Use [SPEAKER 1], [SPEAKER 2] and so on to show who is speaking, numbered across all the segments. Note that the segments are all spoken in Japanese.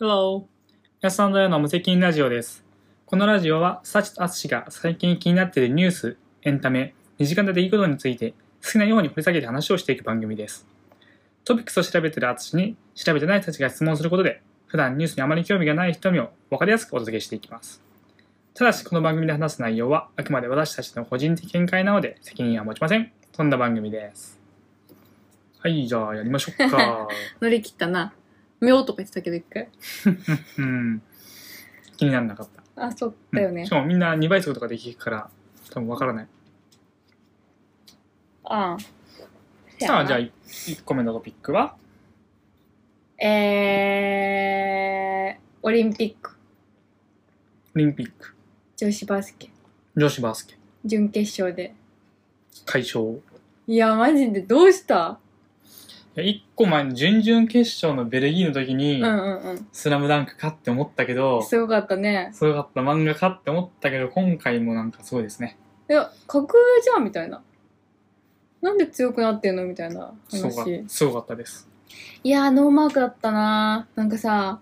[SPEAKER 1] Hello! 安さんのような無責任ラジオです。このラジオは、サチとアツシが最近気になっているニュース、エンタメ、身近な出来事について、好きなように掘り下げて話をしていく番組です。トピックスを調べているアツシに、調べてない人たちが質問することで、普段ニュースにあまり興味がない人にも分かりやすくお届けしていきます。ただし、この番組で話す内容は、あくまで私たちの個人的見解なので、責任は持ちません。そんな番組です。はい、じゃあやりましょうか。
[SPEAKER 2] 乗り切ったな。妙とか言ってたけど一回。
[SPEAKER 1] うん。気にならなかった。
[SPEAKER 2] あ、そうだよね
[SPEAKER 1] し。かもみんな2倍速とかで聞くから、多分わからない。
[SPEAKER 2] ああ。せや
[SPEAKER 1] さ
[SPEAKER 2] な
[SPEAKER 1] あ、じゃあい1個目のトピックは
[SPEAKER 2] えー、オリンピック、
[SPEAKER 1] オリンピック、
[SPEAKER 2] 女子バスケ、
[SPEAKER 1] 女子バスケ、
[SPEAKER 2] 準決勝で。
[SPEAKER 1] 解消。
[SPEAKER 2] いや、マジでどうした、
[SPEAKER 1] いや1個前の準々決勝のベルギーの時に、
[SPEAKER 2] うんうんうん。
[SPEAKER 1] スラムダンクかって思ったけど、
[SPEAKER 2] すごかったね。
[SPEAKER 1] すごかった漫画かって思ったけど、今回もなんかすごいですね。
[SPEAKER 2] いや、格上じゃんみたいな。なんで強くなってんのみたいな
[SPEAKER 1] すごかっ
[SPEAKER 2] 話。
[SPEAKER 1] すごかったです。
[SPEAKER 2] いやー、ノーマークだったなー。なんかさ、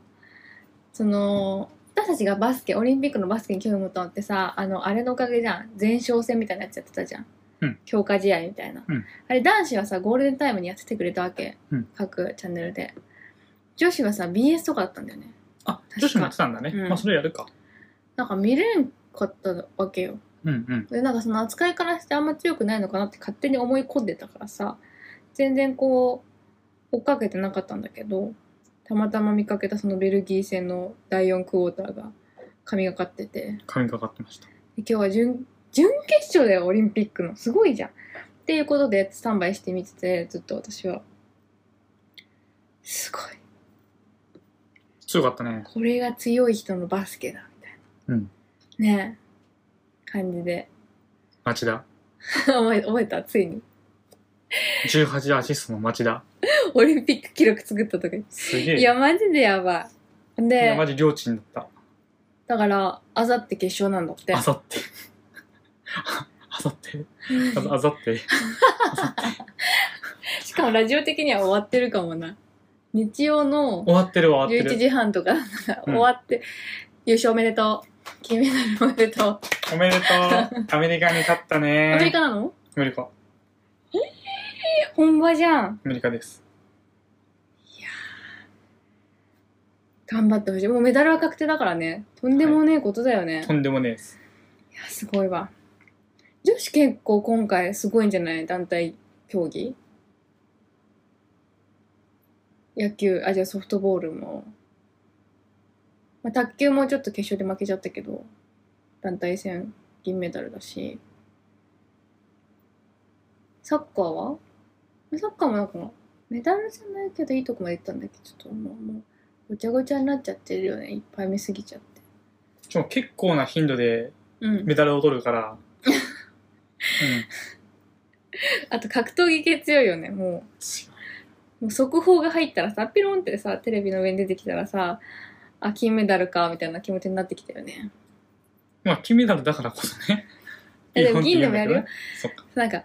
[SPEAKER 2] その、私たちがバスケ、オリンピックのバスケに興味持ったのってさ、あの、あれのおかげじゃん。前哨戦みたいなやつやってたじゃん。
[SPEAKER 1] うん
[SPEAKER 2] 強化試合みたいな。
[SPEAKER 1] うん
[SPEAKER 2] あれ、男子はさ、ゴールデンタイムにやっててくれたわけ。
[SPEAKER 1] うん
[SPEAKER 2] 各チャンネルで。女子はさ、BS とかだったんだよね。
[SPEAKER 1] あ、
[SPEAKER 2] か
[SPEAKER 1] 女子もやってたんだね。
[SPEAKER 2] うん
[SPEAKER 1] まあ、それやるか。
[SPEAKER 2] なんか見れんかったわけよ。
[SPEAKER 1] うんうん。
[SPEAKER 2] で、なんかその扱いからしてあんま強くないのかなって勝手に思い込んでたからさ、全然こう、追っかけてなかったんだけど、たまたま見かけたそのベルギー戦の第4クォーターが神がかってて、で
[SPEAKER 1] 神かかってました。
[SPEAKER 2] 今日は準、準決勝だよ、オリンピックの。すごいじゃん。っていうことで、スタンバイして見てて、ずっと私は、すごい。
[SPEAKER 1] 強かったね。
[SPEAKER 2] これが強い人のバスケだ、みたいな。
[SPEAKER 1] うん
[SPEAKER 2] ねえ、感じで。
[SPEAKER 1] 町田。
[SPEAKER 2] 覚え覚えたついに。
[SPEAKER 1] 18アシストの町田。
[SPEAKER 2] オリンピック記録作ったとか
[SPEAKER 1] すげえ。
[SPEAKER 2] いや、マジでやばい。
[SPEAKER 1] いやマ
[SPEAKER 2] で、
[SPEAKER 1] ジ両親だった。
[SPEAKER 2] だから、あさって決勝なんだって
[SPEAKER 1] あ。さって。 あさって。あざあざって。
[SPEAKER 2] しかもラジオ的には終わってるかもな。日曜の
[SPEAKER 1] 終わってる終わって
[SPEAKER 2] 11
[SPEAKER 1] る。
[SPEAKER 2] 時半とか、なんか
[SPEAKER 1] うん
[SPEAKER 2] 終わって、優勝おめでとう。金メダルおめでとう。
[SPEAKER 1] おめでと う。アメリカに勝ったね。
[SPEAKER 2] アメリカなの
[SPEAKER 1] アメリカ。ア
[SPEAKER 2] え本場じゃん。
[SPEAKER 1] メリカです。
[SPEAKER 2] 頑張ってほしい。もうメダルは確定だからね。とんでもねえことだよね。
[SPEAKER 1] とんでもねえです。
[SPEAKER 2] い、や、すごいわ。女子結構今回すごいんじゃない団体競技野球、あ、じゃあソフトボールも。まあ、卓球もちょっと決勝で負けちゃったけど、団体戦銀メダルだし。サッカーはサッカーもなんか、メダルじゃないけどいいとこまで行ったんだけど、ちょっともう、もうごちゃごちゃになっちゃってるよね。いっぱい見すぎちゃって。
[SPEAKER 1] しかも結構な頻度で
[SPEAKER 2] うん。
[SPEAKER 1] メダルを取る から。うん。
[SPEAKER 2] あと格闘技系強いよね、もう。もう速報が入ったらさ、ピロンってさ、テレビの上に出てきたらさ、あ、金メダルか、みたいな気持ちになってきたよね。
[SPEAKER 1] まあ、金メダルだからこそね。
[SPEAKER 2] えでも
[SPEAKER 1] 日本って言うんだけど
[SPEAKER 2] 銀でもやる
[SPEAKER 1] ね
[SPEAKER 2] よ。
[SPEAKER 1] そっか。
[SPEAKER 2] なんか、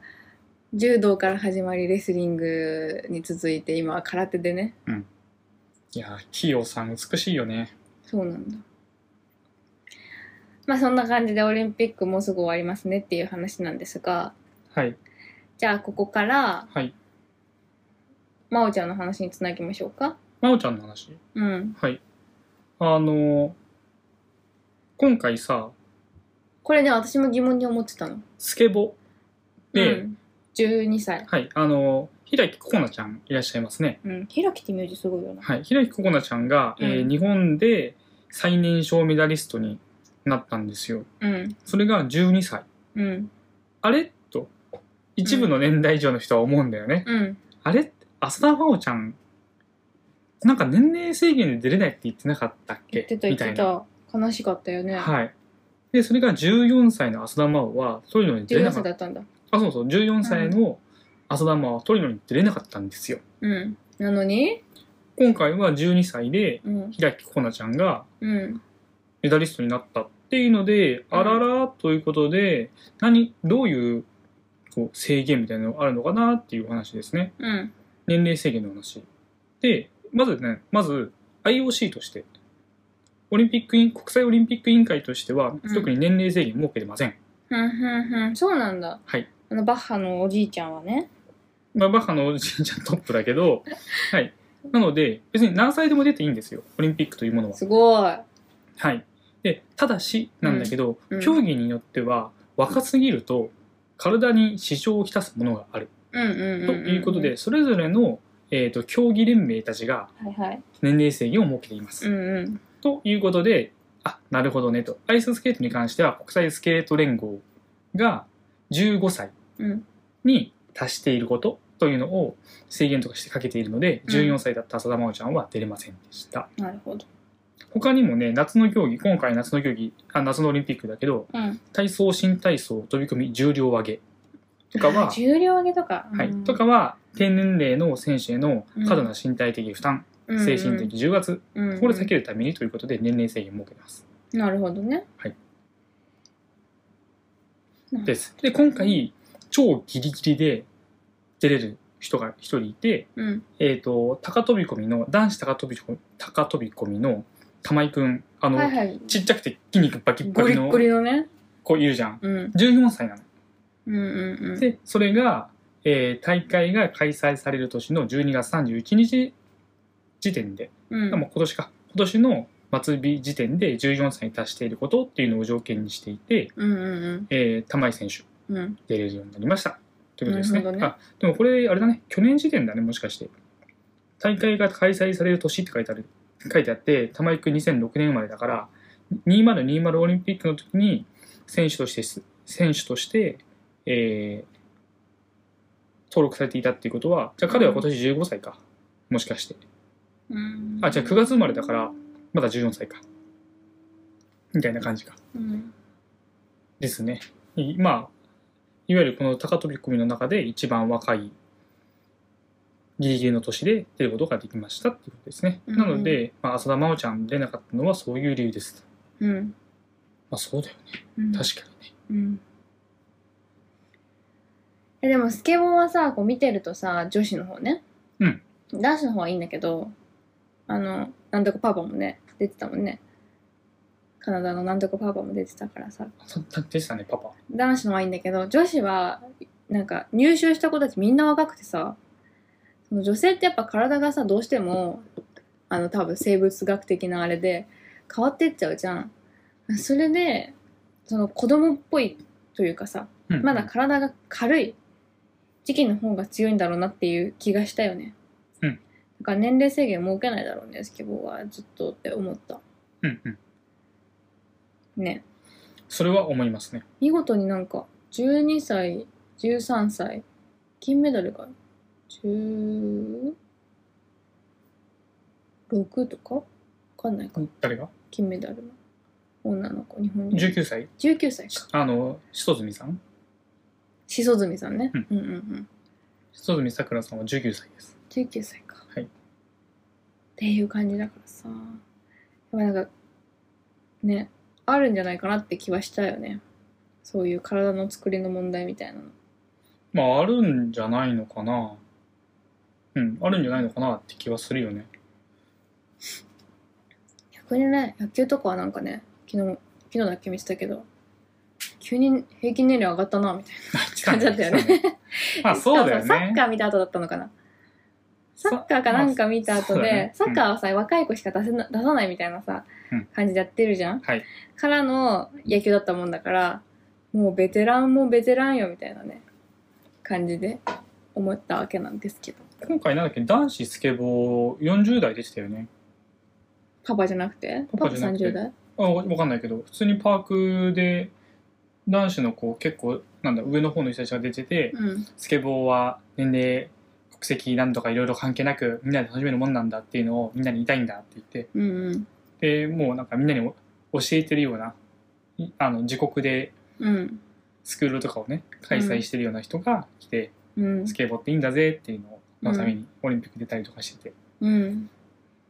[SPEAKER 2] 柔道から始まり、レスリングに続いて、今は空手でね。
[SPEAKER 1] いやー、キヨさん美しいよね。
[SPEAKER 2] そうなんだ。まあそんな感じでオリンピックもうすぐ終わりますねっていう話なんですが、
[SPEAKER 1] はい。
[SPEAKER 2] じゃあここから、
[SPEAKER 1] はい。
[SPEAKER 2] まおちゃんの話につなぎましょうか。
[SPEAKER 1] まおちゃんの話。
[SPEAKER 2] うん。
[SPEAKER 1] はい。あのー、今回さ、
[SPEAKER 2] これね、私も疑問に思ってたの。
[SPEAKER 1] スケボーで、
[SPEAKER 2] うん、12歳。
[SPEAKER 1] はい、あの、平木ココナちゃんいらっしゃいますね。
[SPEAKER 2] うん。ひらきって名字すごいよな。
[SPEAKER 1] はい、平木ココナちゃんが、えー
[SPEAKER 2] うん
[SPEAKER 1] 日本で最年少メダリストになったんですよ。
[SPEAKER 2] うん。
[SPEAKER 1] それが12歳。
[SPEAKER 2] うん。
[SPEAKER 1] あれと、一部の年代以上の人は思うんだよね。
[SPEAKER 2] うん。
[SPEAKER 1] あれ浅田真央ちゃん、なんか年齢制限で出れないって言ってなかったっけ
[SPEAKER 2] 言ってた言
[SPEAKER 1] み
[SPEAKER 2] った
[SPEAKER 1] い
[SPEAKER 2] て
[SPEAKER 1] な。
[SPEAKER 2] た。悲しかったよね。
[SPEAKER 1] はい。で、それが14歳の浅田真央はトリノに出れ
[SPEAKER 2] 14
[SPEAKER 1] なか
[SPEAKER 2] 歳
[SPEAKER 1] った。
[SPEAKER 2] だったんだ。
[SPEAKER 1] あ、そうそう、14歳の浅田真央はトリノに出れなかったんですよ。
[SPEAKER 2] うん。なのに
[SPEAKER 1] 今回は12歳で、
[SPEAKER 2] うん。
[SPEAKER 1] 平木コナちゃんが
[SPEAKER 2] うん。
[SPEAKER 1] メダリストになったっていうので、あららということで何どういうこう制限みたいなのがあるのかなっていう話ですね
[SPEAKER 2] うん。
[SPEAKER 1] 年齢制限の話でまずねまず IOC としてオリンピック委員国際オリンピック委員会としては
[SPEAKER 2] うん
[SPEAKER 1] 特に年齢制限設けてません、
[SPEAKER 2] ふんふんふんそうなんだ
[SPEAKER 1] はい
[SPEAKER 2] あのバッハのおじいちゃんはね
[SPEAKER 1] まあ、バッハのおじいちゃんトップだけ ど、はい、なので別に何歳でも出ていいんですよオリンピックというものは。
[SPEAKER 2] すごい
[SPEAKER 1] はい、でただしなんだけど、
[SPEAKER 2] うん
[SPEAKER 1] 競技によっては若すぎると体に支障をきたすものがある
[SPEAKER 2] うんうんうん
[SPEAKER 1] と
[SPEAKER 2] んん
[SPEAKER 1] いうことで、それぞれの、えー、と競技連盟たちが
[SPEAKER 2] はいはい
[SPEAKER 1] 年齢制限を設けています。
[SPEAKER 2] うんうん
[SPEAKER 1] ということであなるほどねとアイススケートに関しては国際スケート連合が15歳
[SPEAKER 2] うん
[SPEAKER 1] に達していることというのを制限とかしてかけているので
[SPEAKER 2] うん
[SPEAKER 1] 14歳だった浅田真央ちゃんは出れませんでした、
[SPEAKER 2] なるほど
[SPEAKER 1] 他にもね夏の競技今回夏の競技あ夏のオリンピックだけど
[SPEAKER 2] うん
[SPEAKER 1] 体操新体操飛び込み重量上げとかは、
[SPEAKER 2] 重量上げとか、
[SPEAKER 1] は
[SPEAKER 2] う
[SPEAKER 1] い、
[SPEAKER 2] ん
[SPEAKER 1] とかは低年齢の選手への過度な身体的負担、精神、的重圧、
[SPEAKER 2] うんうん
[SPEAKER 1] これを避けるためにということで年齢制限を設けます
[SPEAKER 2] なるほどね
[SPEAKER 1] はい
[SPEAKER 2] なん
[SPEAKER 1] ですで今回超ギリギリで出れる人が一人いて、
[SPEAKER 2] うん
[SPEAKER 1] えー、と高飛び込みの男子高飛び込み高飛び込みの玉井くんあの、
[SPEAKER 2] はいはい
[SPEAKER 1] ちっちゃくて筋肉バキッバ
[SPEAKER 2] ゴ
[SPEAKER 1] キ
[SPEAKER 2] リッ
[SPEAKER 1] の
[SPEAKER 2] ゴリのね、
[SPEAKER 1] 子いるじゃん
[SPEAKER 2] うん、
[SPEAKER 1] 14歳なの。
[SPEAKER 2] うんうんうん
[SPEAKER 1] でそれが、えー大会が開催される年の12月31日時点で、
[SPEAKER 2] うん
[SPEAKER 1] まあもう今年か今年の末日時点で14歳に達していることっていうのを条件にしていて、
[SPEAKER 2] うんうん
[SPEAKER 1] えー玉井選手
[SPEAKER 2] うんうん
[SPEAKER 1] 出れるようになりましたということですね
[SPEAKER 2] なるほどね
[SPEAKER 1] あでもこれあれだね去年時点だねもしかして大会が開催される年って書いてある書いてあって玉井くん2006年生まれだから2020オリンピックの時に選手としてす選手として、えー登録されていたっていうことはじゃあ彼は今年15歳か、もしかして
[SPEAKER 2] うん
[SPEAKER 1] あじゃあ9月生まれだからまだ14歳かみたいな感じか
[SPEAKER 2] うん
[SPEAKER 1] ですね。いまあ、いわゆるこの高飛び込みの中で一番若いギリギリの年で出ることができましたっていうことですね。
[SPEAKER 2] うん
[SPEAKER 1] なので、まあ、浅田真央ちゃん出なかったのはそういう理由です。
[SPEAKER 2] うん
[SPEAKER 1] まあそうだよね。
[SPEAKER 2] うん
[SPEAKER 1] 確かにね。
[SPEAKER 2] うんえでもスケボーはさこう見てるとさ女子の方ね、
[SPEAKER 1] うん、
[SPEAKER 2] 男子の方はいいんだけどあのなんとかパパもね出てたもんねカナダのなんとかパパも出てたからさ
[SPEAKER 1] そでしたね、パパ。
[SPEAKER 2] 男子のはいいんだけど女子はなんか入手した子たちみんな若くてさその女性ってやっぱ体がさどうしてもあの多分生物学的なあれで変わってっちゃうじゃんそれでその子供っぽいというかさ
[SPEAKER 1] うん
[SPEAKER 2] まだ体が軽い時期の方が強いんだろうなっていう気がしたよね
[SPEAKER 1] うん
[SPEAKER 2] だから年齢制限設けないだろうねスケボーはずっとって思った
[SPEAKER 1] うんうん。
[SPEAKER 2] ね
[SPEAKER 1] それは思いますね。
[SPEAKER 2] 見事になんか12歳13歳金メダルが16とかわかんないか
[SPEAKER 1] 誰が
[SPEAKER 2] 金メダルの女の子日本人
[SPEAKER 1] ?19 歳
[SPEAKER 2] 19歳か
[SPEAKER 1] あの、篠積さん
[SPEAKER 2] しそずみさんね、
[SPEAKER 1] うん
[SPEAKER 2] うんうんうん
[SPEAKER 1] 篠積さくらさんは19歳です。
[SPEAKER 2] 19歳か、
[SPEAKER 1] はい
[SPEAKER 2] っていう感じだからさやっぱなんかねあるんじゃないかなって気はしたよねそういう体の作りの問題みたいなの
[SPEAKER 1] まあ、あるんじゃないのかな。うん、あるんじゃないのかなって気はするよね。
[SPEAKER 2] 逆にね野球とかはなんかね昨日昨日だけ見てたけど急に平均年齢上がったなみたい感じだったよね
[SPEAKER 1] 来ね。 まあ、
[SPEAKER 2] な
[SPEAKER 1] そう だよね。
[SPEAKER 2] しかもさサッカー見た後だったのかなサッカーかなんか見た後で、サッカ
[SPEAKER 1] ー、
[SPEAKER 2] ーはさ、若い子しか出せな出さないみたいなさ、
[SPEAKER 1] うん
[SPEAKER 2] 感じでやってるじゃん、
[SPEAKER 1] はい
[SPEAKER 2] からの野球だったもんだからもうベテランもベテランよみたいなね感じで思ったわけなんですけど
[SPEAKER 1] うん今回なんだっけ男子スケボー40代でしたよね
[SPEAKER 2] パパじゃなくて
[SPEAKER 1] パパじゃなくて
[SPEAKER 2] 30代
[SPEAKER 1] あわわかんないけど普通にパークで男子の子結構なんだ上の方の人たちが出てて、
[SPEAKER 2] うん
[SPEAKER 1] スケボーは年齢国籍なんとかいろいろ関係なくみんなで楽しめるもんなんだっていうのをみんなに言いたいんだって言って
[SPEAKER 2] うんうん
[SPEAKER 1] でもうなんかみんなにお教えてるようないあの自国で
[SPEAKER 2] うん
[SPEAKER 1] スクールとかをね開催してるような人が来て、
[SPEAKER 2] うん
[SPEAKER 1] スケボーっていいんだぜっていうのをのためにオリンピック出たりとかしてて、
[SPEAKER 2] うん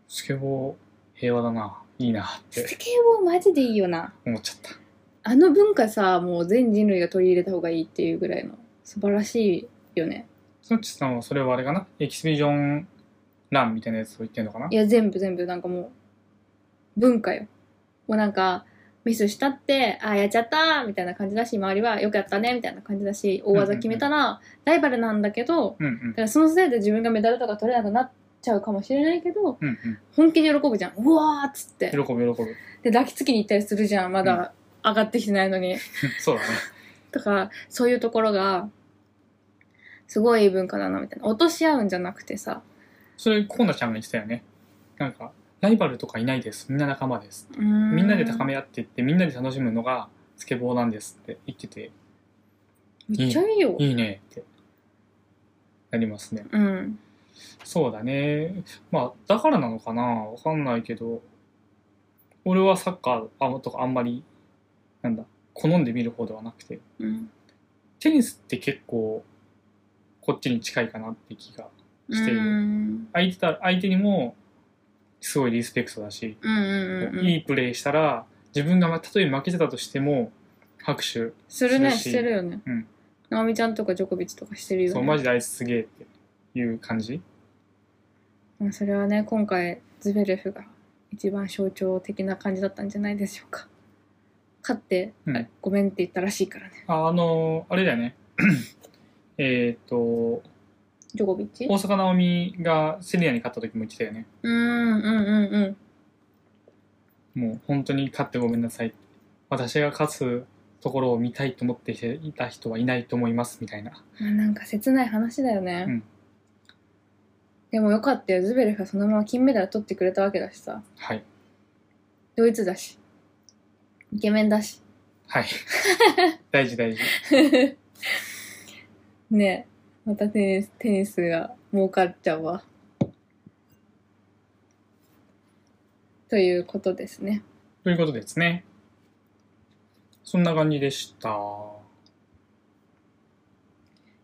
[SPEAKER 1] スケボー平和だないいなっ
[SPEAKER 2] ス
[SPEAKER 1] て
[SPEAKER 2] ケボーマジでいいよな
[SPEAKER 1] 思っちゃった
[SPEAKER 2] あの文化さもう全人類が取り入れた方がいいっていうぐらいの素晴らしいよね
[SPEAKER 1] そっちさんはそれはあれかなエキシビジョンランみたいなやつを言ってるのかない
[SPEAKER 2] や全部全部なんかもう文化よもうなんかミスしたってあーやっちゃったみたいな感じだし周りはよくやったねみたいな感じだし大技決めたらライバルなんだけど
[SPEAKER 1] うんう
[SPEAKER 2] だ
[SPEAKER 1] ん
[SPEAKER 2] からそのせいで自分がメダルとか取れなくなっちゃうかもしれないけど
[SPEAKER 1] うんうん
[SPEAKER 2] 本気で喜ぶじゃんうわーっつって
[SPEAKER 1] 喜ぶ喜ぶ
[SPEAKER 2] で抱きつきに行ったりするじゃんま
[SPEAKER 1] う
[SPEAKER 2] だ上がってきてないのに
[SPEAKER 1] そうだね
[SPEAKER 2] だからそういうところがすごいいい文化だなみたいな落とし合うんじゃなくてさ
[SPEAKER 1] それコーナちゃんが言ってたよねなんかライバルとかいないですみんな仲間ですみ
[SPEAKER 2] み
[SPEAKER 1] んなで高め合っていってみんなで楽しむのがスケボーなんですって言ってて
[SPEAKER 2] めっちゃいいよ
[SPEAKER 1] いいねってなりますね
[SPEAKER 2] うん
[SPEAKER 1] そうだねまあだからなのかなわかんないけど俺はサッカーあとかあんまりなんだ好んで見る方ではなくて
[SPEAKER 2] うん
[SPEAKER 1] テニスって結構こっちに近いかなって気がしている
[SPEAKER 2] うん
[SPEAKER 1] 相手だ相手にもすごいリスペクトだし、
[SPEAKER 2] うんうんうん
[SPEAKER 1] いいプレーしたら自分がまたとえ負けてたとしても拍手
[SPEAKER 2] するね
[SPEAKER 1] するし
[SPEAKER 2] してるよね
[SPEAKER 1] うん
[SPEAKER 2] ナオミちゃんとかジョコビッチとかしてるよね
[SPEAKER 1] そうマジであいつすげえっていう感じ
[SPEAKER 2] まあそれはね今回ズベレフが一番象徴的な感じだったんじゃないでしょうか勝って、
[SPEAKER 1] うん
[SPEAKER 2] あごめんって言ったらしいからね
[SPEAKER 1] ああのーあれだよね えっと大
[SPEAKER 2] ジョコビッチうん
[SPEAKER 1] 阪なおみがセリアに勝った時も言ってたよね
[SPEAKER 2] うんうんうん
[SPEAKER 1] もう本当に勝ってごめんなさい私が勝つところを見たいと思っていた人はいないと思いますみたいな
[SPEAKER 2] まあなんか切ない話だよね、
[SPEAKER 1] うん
[SPEAKER 2] でもよかったよズベレフがそのまま金メダル取ってくれたわけだしさ
[SPEAKER 1] はい
[SPEAKER 2] ドイツだしイケメンだし
[SPEAKER 1] はい大事大事
[SPEAKER 2] ねえまたテニステニスが儲かっちゃうわということですね
[SPEAKER 1] ということですね。そんな感じでした。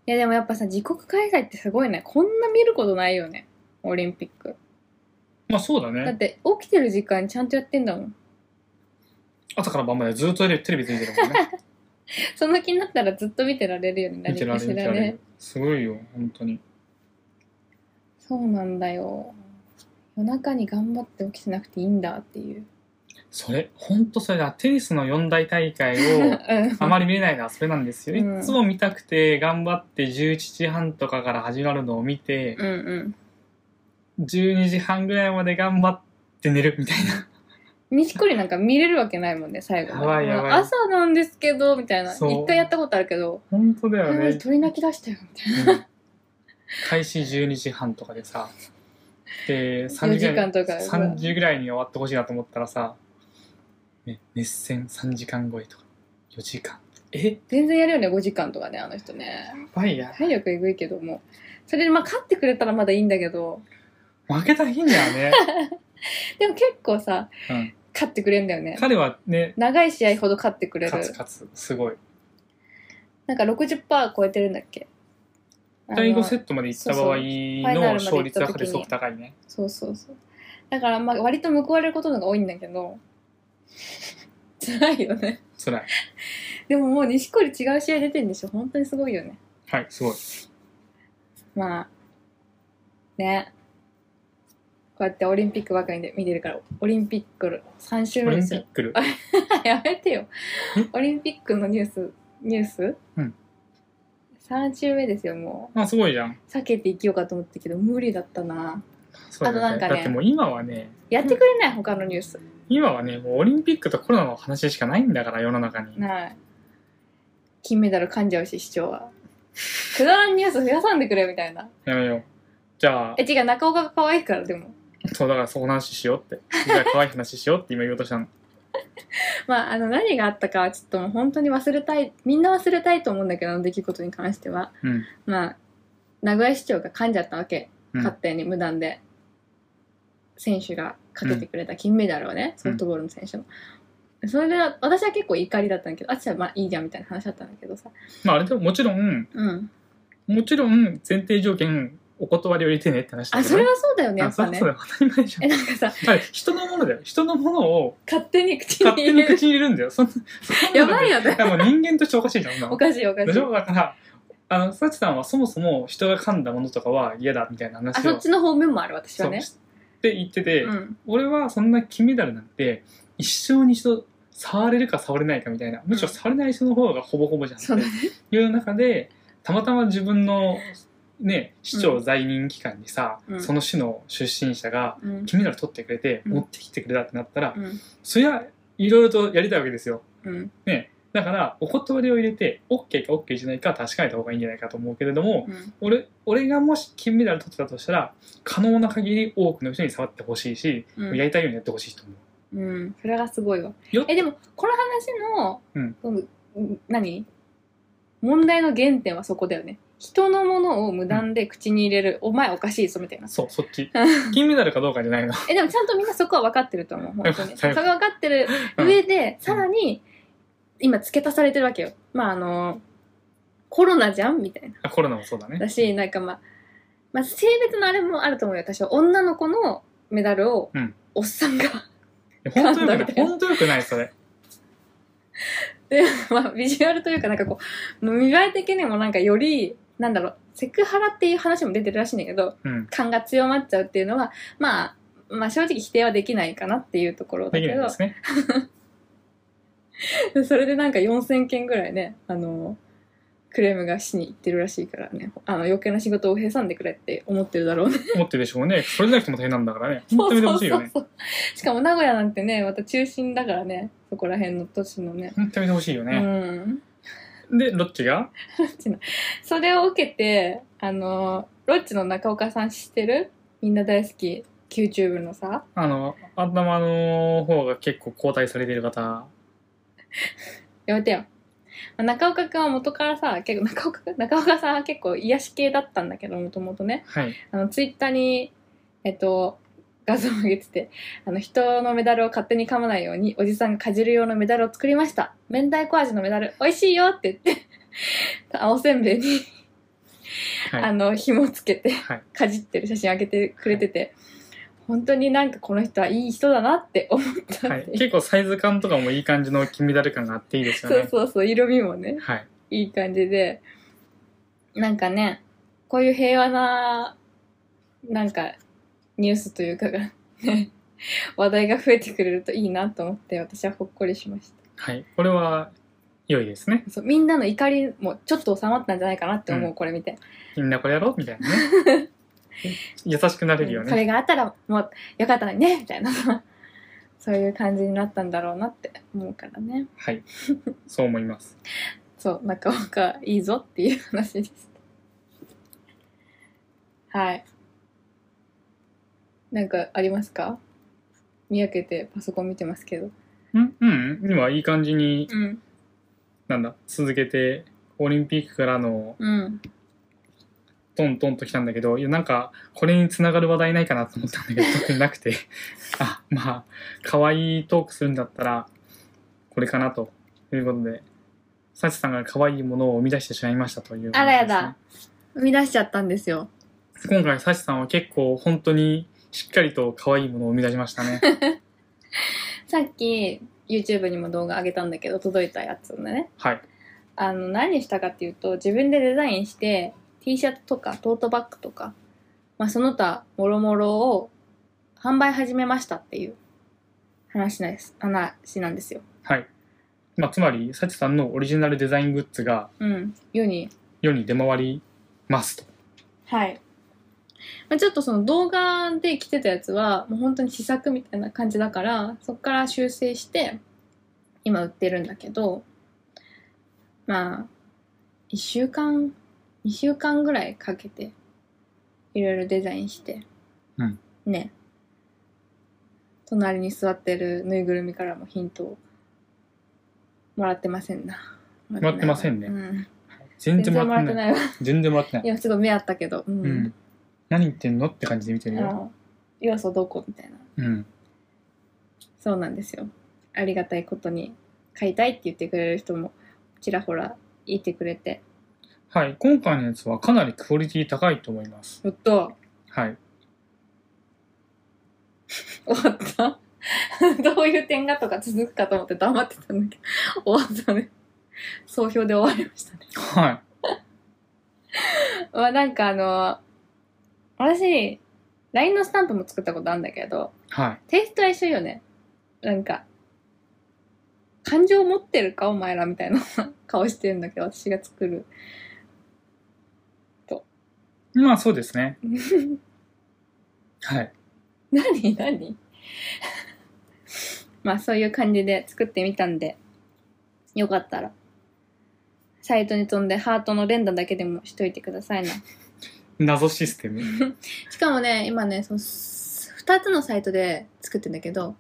[SPEAKER 2] いやでもやっぱさ自国開催ってすごいねこんな見ることないよねオリンピック
[SPEAKER 1] まあそうだ
[SPEAKER 2] だっ
[SPEAKER 1] ね。
[SPEAKER 2] て起きてる時間ちゃんとやってんだもん
[SPEAKER 1] 朝から晩までずっとテレビテレビついてるもんね。
[SPEAKER 2] その気になったらずっと見てられるよね
[SPEAKER 1] 見てられる、見てられる。すごいよ、本当に。
[SPEAKER 2] そうなんだよ夜中に頑張って起きてなくていいんだっ ていう
[SPEAKER 1] それ、本当それだ。テニスの四大大会
[SPEAKER 2] うん
[SPEAKER 1] を あまり見れないのはそれなんですよ。
[SPEAKER 2] うん
[SPEAKER 1] いつも見たくて、頑張って11時半とかから始まるのを見て、
[SPEAKER 2] うんうん
[SPEAKER 1] 12時半ぐらいまで頑張って寝るみたい
[SPEAKER 2] 錦織なんか見れるわけないもんね最後まで
[SPEAKER 1] やばいやばい
[SPEAKER 2] 朝なんですけどみたいな
[SPEAKER 1] そう
[SPEAKER 2] 一回やったことあるけど
[SPEAKER 1] な。本当だ
[SPEAKER 2] あ
[SPEAKER 1] よね。
[SPEAKER 2] 鳥泣き出したよみたいな
[SPEAKER 1] うん開始12時半とかでさで3時ぐらい
[SPEAKER 2] 4時間とか
[SPEAKER 1] 3時ぐらいに終わってほしいなと思ったらさ、ね、熱戦3時間超えとか4時間えや
[SPEAKER 2] 全然やるよね5時間とかねあの人ね
[SPEAKER 1] ばいや
[SPEAKER 2] 体力えぐいけどもそれでまあ勝ってくれたらまだいいんだけど
[SPEAKER 1] 負けたらいいんだよ ね、
[SPEAKER 2] でも結構さ
[SPEAKER 1] うん、
[SPEAKER 2] 勝ってくれんだよね
[SPEAKER 1] 彼はね
[SPEAKER 2] 長い試合ほど勝ってくれる
[SPEAKER 1] 勝つ勝つすごい
[SPEAKER 2] なんか60%超えてるんだっけ
[SPEAKER 1] 第
[SPEAKER 2] あの
[SPEAKER 1] 5セットまで行った場合
[SPEAKER 2] そう
[SPEAKER 1] の勝率は彼すごく高いね
[SPEAKER 2] そうそうそう。だから、まあ、割と報われることの方が多いんだけど、 辛いよね。
[SPEAKER 1] 辛い
[SPEAKER 2] でももう錦織違う試合出てるんでしょ本当にすごいよね。
[SPEAKER 1] はいすごい
[SPEAKER 2] まあ、ね。こうやってオリンピックばかりで見てるから、オリンピック3週
[SPEAKER 1] オ
[SPEAKER 2] 目
[SPEAKER 1] リ
[SPEAKER 2] で
[SPEAKER 1] ン
[SPEAKER 2] す
[SPEAKER 1] ピ
[SPEAKER 2] よ
[SPEAKER 1] ッ。クル
[SPEAKER 2] やめてよ。オリンピックのニュース、ニュース
[SPEAKER 1] うん
[SPEAKER 2] 3週目ですよ、も
[SPEAKER 1] あすごいじゃん
[SPEAKER 2] う。避けて生きようかと思ったけど、無理だったな。
[SPEAKER 1] そうだよ
[SPEAKER 2] あとなんかね
[SPEAKER 1] だってもう今はね
[SPEAKER 2] やってくれない、他のニュース。
[SPEAKER 1] 今はねもうオリンピックとコロナの話しかないんだから世の中に
[SPEAKER 2] ない金メダル噛んじゃうし市長はくだらんニュース増やさんでくれみたいな
[SPEAKER 1] やめようじゃあ
[SPEAKER 2] え違う中岡が可愛いからでも
[SPEAKER 1] そうだからそこの話しようって。じゃあ可愛い話しようって今言おうとしたの。
[SPEAKER 2] まああの何があったかはちょっともう本当に忘れたいみんな忘れたいと思うんだけどあの出来事に関しては
[SPEAKER 1] うん。
[SPEAKER 2] まあ名古屋市長が噛んじゃったわけ
[SPEAKER 1] うん
[SPEAKER 2] 勝手に無断で、選手がかけてくれた金メダルをね、ソフトボールの選手の、それで私は結構怒りだったんだけどあっちはまあいいじゃんみたいな話だったんだけどさ
[SPEAKER 1] まああれでももちろん、
[SPEAKER 2] うん
[SPEAKER 1] もちろん前提条件お断りを入れてねって話だ
[SPEAKER 2] あ
[SPEAKER 1] けど
[SPEAKER 2] そ
[SPEAKER 1] ね、
[SPEAKER 2] れはそうだよねやっぱね
[SPEAKER 1] あそうそうだよ当たり前じゃ
[SPEAKER 2] えなんかさ
[SPEAKER 1] ん。だって人のものだよ。人のものを
[SPEAKER 2] 勝手に口に
[SPEAKER 1] 勝手
[SPEAKER 2] 入れ
[SPEAKER 1] に
[SPEAKER 2] る
[SPEAKER 1] 口に入れるんだよ。そんなそんな
[SPEAKER 2] や
[SPEAKER 1] の
[SPEAKER 2] ばいよ
[SPEAKER 1] だ
[SPEAKER 2] ね
[SPEAKER 1] からもう人間としておかしいじゃん、そんな
[SPEAKER 2] お
[SPEAKER 1] の
[SPEAKER 2] かしいおかし
[SPEAKER 1] で
[SPEAKER 2] い
[SPEAKER 1] しょだから、あの、さちさんはそもそも人が噛んだものとかは嫌だみたいな
[SPEAKER 2] あ
[SPEAKER 1] 話
[SPEAKER 2] そ
[SPEAKER 1] を
[SPEAKER 2] っ。ちの方面もある私は
[SPEAKER 1] そう
[SPEAKER 2] ね
[SPEAKER 1] しって言ってて、
[SPEAKER 2] うん
[SPEAKER 1] 俺はそんな金メダルなんて一生に一度触れるか触れないかみたいなむしろ触れない人の方がほぼほぼじゃんって
[SPEAKER 2] そうだね
[SPEAKER 1] いう中でたまたま自分の、ね、市
[SPEAKER 2] う
[SPEAKER 1] 長
[SPEAKER 2] ん
[SPEAKER 1] 在任期間にさ、
[SPEAKER 2] うん
[SPEAKER 1] その市の出身者が
[SPEAKER 2] うん
[SPEAKER 1] 金メダル取ってくれて
[SPEAKER 2] うん
[SPEAKER 1] 持ってきてくれたってなったら、
[SPEAKER 2] うん
[SPEAKER 1] そりゃいろいろとやりたいわけですよ。
[SPEAKER 2] うん
[SPEAKER 1] ね、だからお断りを入れて OK か OK じゃないか確かめた方がいいんじゃないかと思うけれども、
[SPEAKER 2] うん
[SPEAKER 1] 俺俺がもし金メダル取ってたとしたら可能な限り多くの人に触ってほしいし、
[SPEAKER 2] うん
[SPEAKER 1] やりたいようにやってほしいと思う。
[SPEAKER 2] うんそれがすごいわ
[SPEAKER 1] よ
[SPEAKER 2] えでもこの話の、
[SPEAKER 1] うん
[SPEAKER 2] そのうん何問題の原点はそこだよね人のものを無断で口に入れる、お前おかしいぞみたいな
[SPEAKER 1] そうそっ ち金メダルかどうかじゃないの。
[SPEAKER 2] えでもちゃんとみんなそこは分かってると思う本当 に
[SPEAKER 1] 分
[SPEAKER 2] そ
[SPEAKER 1] かる
[SPEAKER 2] れが分かってる上で、さらに今付け足されてるわけよまああのコロナじゃんみたい な
[SPEAKER 1] コロナもそうだね。
[SPEAKER 2] だしなんかまあ、まあ、性別のあれもあると思うよ私は女の子のメダルを、
[SPEAKER 1] うん
[SPEAKER 2] おっさんが
[SPEAKER 1] いや本当よ
[SPEAKER 2] なんだ
[SPEAKER 1] くな
[SPEAKER 2] みたい
[SPEAKER 1] い
[SPEAKER 2] な
[SPEAKER 1] 本当よくないそれ。
[SPEAKER 2] で、 まあ、ビジュアルというかなんかこうもう見栄え的にもなんかよりなんだろうセクハラっていう話も出てるらしいんだけど
[SPEAKER 1] うん。
[SPEAKER 2] 感が強まっちゃうっていうのは、まあ、まあ正直否定はできないかなっていうところだ
[SPEAKER 1] できな
[SPEAKER 2] け
[SPEAKER 1] い
[SPEAKER 2] ど
[SPEAKER 1] ですね。
[SPEAKER 2] でそれでなんか4000件ぐらいね、あの、クレームがしに行ってるらしいからね、あの、余計な仕事をへさんでくれって思ってるだろ うね。
[SPEAKER 1] 思ってるでしょうね。それなくても大変なんだ からね。本当に見てほしいよね。
[SPEAKER 2] そうそうそうしかも名古屋なんてね、また中心だからね、そこら辺の都市のね。
[SPEAKER 1] 本当に見てほしいよ
[SPEAKER 2] う
[SPEAKER 1] ね。
[SPEAKER 2] ん。
[SPEAKER 1] でロッチが
[SPEAKER 2] それを受けて、あの、ロッチの中岡さん知ってるみんな大好き、YouTube のさ、
[SPEAKER 1] あの頭の方が結構交代されている方。
[SPEAKER 2] やめてよ。まあ中岡くんは元からさ、結構中岡くん、中岡さんは結構癒し系だったんだけど、もともとね。
[SPEAKER 1] はい。
[SPEAKER 2] あの、ツイッターに、えっと、画像を上げてて、あの、人のメダルを勝手に噛まないように、おじさんがかじる用のメダルを作りました。明太子味のメダル、美味しいよって言って、青せんべいに、
[SPEAKER 1] はい
[SPEAKER 2] あの、紐つけて、
[SPEAKER 1] はい
[SPEAKER 2] かじってる写真上げてくれてて、本当になんかこの人はいい人だなって思った
[SPEAKER 1] は
[SPEAKER 2] っ
[SPEAKER 1] い
[SPEAKER 2] て、、
[SPEAKER 1] 結構サイズ感とかもいい感じの金メダル感があっていいですよ
[SPEAKER 2] そう
[SPEAKER 1] ね。
[SPEAKER 2] そうそう、色味もね、
[SPEAKER 1] はい。
[SPEAKER 2] いい感じで、なんかね、こういう平和な、なんか、ニュースというかが、ね、話題が増えてくれるといいなと思って、私はほっこりしまし
[SPEAKER 1] はい。これは良いですね。
[SPEAKER 2] た。そうみんなの怒りもちょっと収まったんじゃないかなって思う、
[SPEAKER 1] う
[SPEAKER 2] これ見て。
[SPEAKER 1] みんなこれやろうみたいなね。 優しくなれるよ
[SPEAKER 2] それ
[SPEAKER 1] ね。
[SPEAKER 2] があったら、もう、よかったのにね、みたいな。 そういう感じになったんだろうなって思うからね。
[SPEAKER 1] はい。そう思います。
[SPEAKER 2] そう、なかなかいいぞっていう話です。はい。なんかありますか見分けてパソコン見てますけど。
[SPEAKER 1] うん、うん、今いい感じに、
[SPEAKER 2] うん。
[SPEAKER 1] なんだ、続けて、オリンピックからの
[SPEAKER 2] うん。
[SPEAKER 1] トントンと来たんだけど、いや、なんか、これにつながる話題ないかなと思ったんだけど、 特になくて。あ、まあ、可愛いトークするんだったら、これかなということで、サチさんが可愛いものを生み出してしまいましたという、
[SPEAKER 2] あらやだ。生み出しちゃったんですよ。
[SPEAKER 1] 今回サチさんは結構本当にしっかりと可愛いものを生み出しました ね。
[SPEAKER 2] さっき YouTube にも動画上げたんだけど、届いたやつのね。
[SPEAKER 1] はい。
[SPEAKER 2] あの、何したかっていうと、自分でデザインして、T シャツとかトートバッグとか、まあその他、もろもろを販売始めましたっていう話なんです。話なんですよ。
[SPEAKER 1] はい。まあ、つまり、サチさんのオリジナルデザイングッズが
[SPEAKER 2] うん、世に。
[SPEAKER 1] 世に出回りますと。
[SPEAKER 2] はい。まあ、ちょっとその動画で来てたやつは、もう本当に試作みたいな感じだから、そこから修正して、今売ってるんだけど、まあ、1週間、2週間ぐらいかけて、いろいろデザインして、
[SPEAKER 1] うん
[SPEAKER 2] ね。隣に座ってるぬいぐるみからもヒントをもらってませんな。も
[SPEAKER 1] らってませんね
[SPEAKER 2] うん
[SPEAKER 1] 全
[SPEAKER 2] 全
[SPEAKER 1] 然
[SPEAKER 2] 然
[SPEAKER 1] も
[SPEAKER 2] も
[SPEAKER 1] ら
[SPEAKER 2] ら
[SPEAKER 1] っ
[SPEAKER 2] ってて
[SPEAKER 1] ない。
[SPEAKER 2] ないわ。
[SPEAKER 1] 全然もらってない。
[SPEAKER 2] 今すごい目あったけど、うん
[SPEAKER 1] うん。何言ってんのって感じで見てる
[SPEAKER 2] あ
[SPEAKER 1] よ。
[SPEAKER 2] の要素どこみたいな
[SPEAKER 1] うん。
[SPEAKER 2] そうなんですよありがたいことに買いたいって言ってくれる人もちらほらいてくれて
[SPEAKER 1] はい。今回のやつはかなりクオリティ高いと思います。
[SPEAKER 2] やっと
[SPEAKER 1] はい。
[SPEAKER 2] 終わった どういう点がとか続くかと思って黙ってたんだけど終わったね総評で終わりましたね
[SPEAKER 1] はい。
[SPEAKER 2] まあなんかあの私 LINE のスタンプも作ったことあるんだけど、
[SPEAKER 1] はい。
[SPEAKER 2] テイストは一緒よね。なんか、感情持ってるかお前らみたいな 顔してるんだけど、私が作る。
[SPEAKER 1] まあそうですね。はい。
[SPEAKER 2] 何何まあそういう感じで作ってみたんで、よかったら、サイトに飛んでハートの連打だけでもしといてくださいね。
[SPEAKER 1] 謎システ ム。
[SPEAKER 2] しかもね、今ね、そのす2つのサイトで作ってんだけど、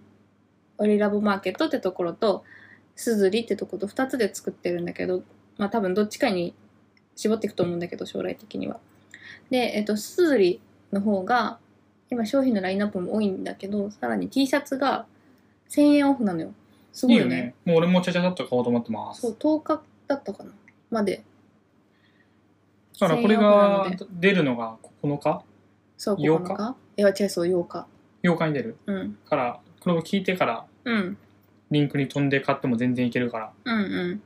[SPEAKER 2] オリラボマーケットってところと、スズリってところと2つで作ってるんだけど、まあ多分どっちかに絞っていくと思うんだけど、将来的には。で、えっと、スズリの方が、今商品のラインナップも多いんだけど、さらに T シャツが1000円オフなのよ。すご
[SPEAKER 1] い
[SPEAKER 2] い
[SPEAKER 1] い
[SPEAKER 2] よ
[SPEAKER 1] よ
[SPEAKER 2] ね。
[SPEAKER 1] ね。もう俺もちゃちゃちゃっと買おうと思ってます。
[SPEAKER 2] そう、10日だったかな。まで。
[SPEAKER 1] だからこれ
[SPEAKER 2] 専用
[SPEAKER 1] が
[SPEAKER 2] なので
[SPEAKER 1] 出るのが9日
[SPEAKER 2] そう、
[SPEAKER 1] 8
[SPEAKER 2] 9
[SPEAKER 1] 日
[SPEAKER 2] 日いや、違う、そう、8日。
[SPEAKER 1] ?8 日に出る。
[SPEAKER 2] うん。
[SPEAKER 1] から、これを聞いてから
[SPEAKER 2] うん。
[SPEAKER 1] リンクに飛んで買っても全然いけるから。
[SPEAKER 2] うんうん。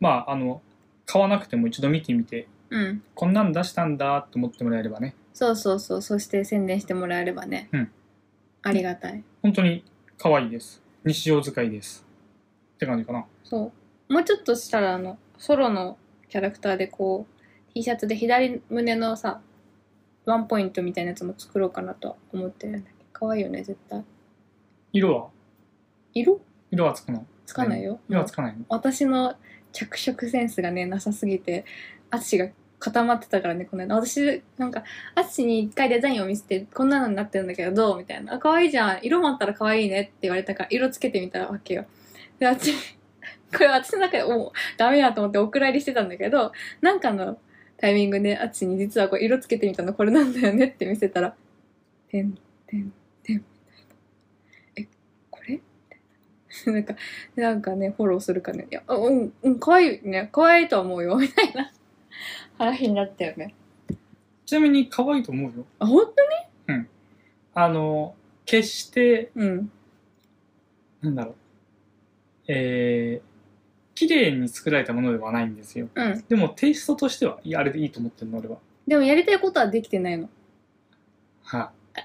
[SPEAKER 1] まあ、あの、買わなくても一度見てみて、
[SPEAKER 2] うん。
[SPEAKER 1] こんなん出したんだと思ってもらえればね、
[SPEAKER 2] そうそうそう、そして宣伝してもらえればね。
[SPEAKER 1] うん
[SPEAKER 2] ありがたい。
[SPEAKER 1] 本当に可愛いです。日常使いです。って感じかな。
[SPEAKER 2] そう。もうちょっとしたら、あの、ソロのキャラクターでこう、T シャツで左胸のさ、ワンポイントみたいなやつも作ろうかなとは思ってるんだけど、可愛いよね、絶対。
[SPEAKER 1] 色は
[SPEAKER 2] 色
[SPEAKER 1] 色はつかない。
[SPEAKER 2] つかないよ。
[SPEAKER 1] 色は
[SPEAKER 2] も
[SPEAKER 1] つかないの
[SPEAKER 2] う私の着色センスがね、なさすぎて、アツシが固まってたからね、この間。私、なんか、アツシに一回デザインを見せて、こんなのになってるんだけど、どうみたいな。あ、可愛いじゃん。色もあったら可愛いねって言われたから、色つけてみたわけよ。で、あっち、 これ私の中で、もう、ダメだと思ってお蔵入りしてたんだけど、なんかのタイミングで、あっちに実はこれ色つけてみたのこれなんだよねって見せたら、てんてんてんみたいな。え、これみ たいななんか、なんかね、フォローするかね。いや、あうん、うん、可愛いね。可愛いとは思うよ。みたいな話になったよね。
[SPEAKER 1] ちなみに可愛いと思うよ。
[SPEAKER 2] あ、本
[SPEAKER 1] あの、決して、
[SPEAKER 2] 当にうん。
[SPEAKER 1] なんだろう。えー、綺麗に作られたものではないんですよ。
[SPEAKER 2] うん。
[SPEAKER 1] でもテイストとしては、いやあれでいいと思ってるの、俺は。
[SPEAKER 2] でもやりたいことはできてないの。
[SPEAKER 1] はい、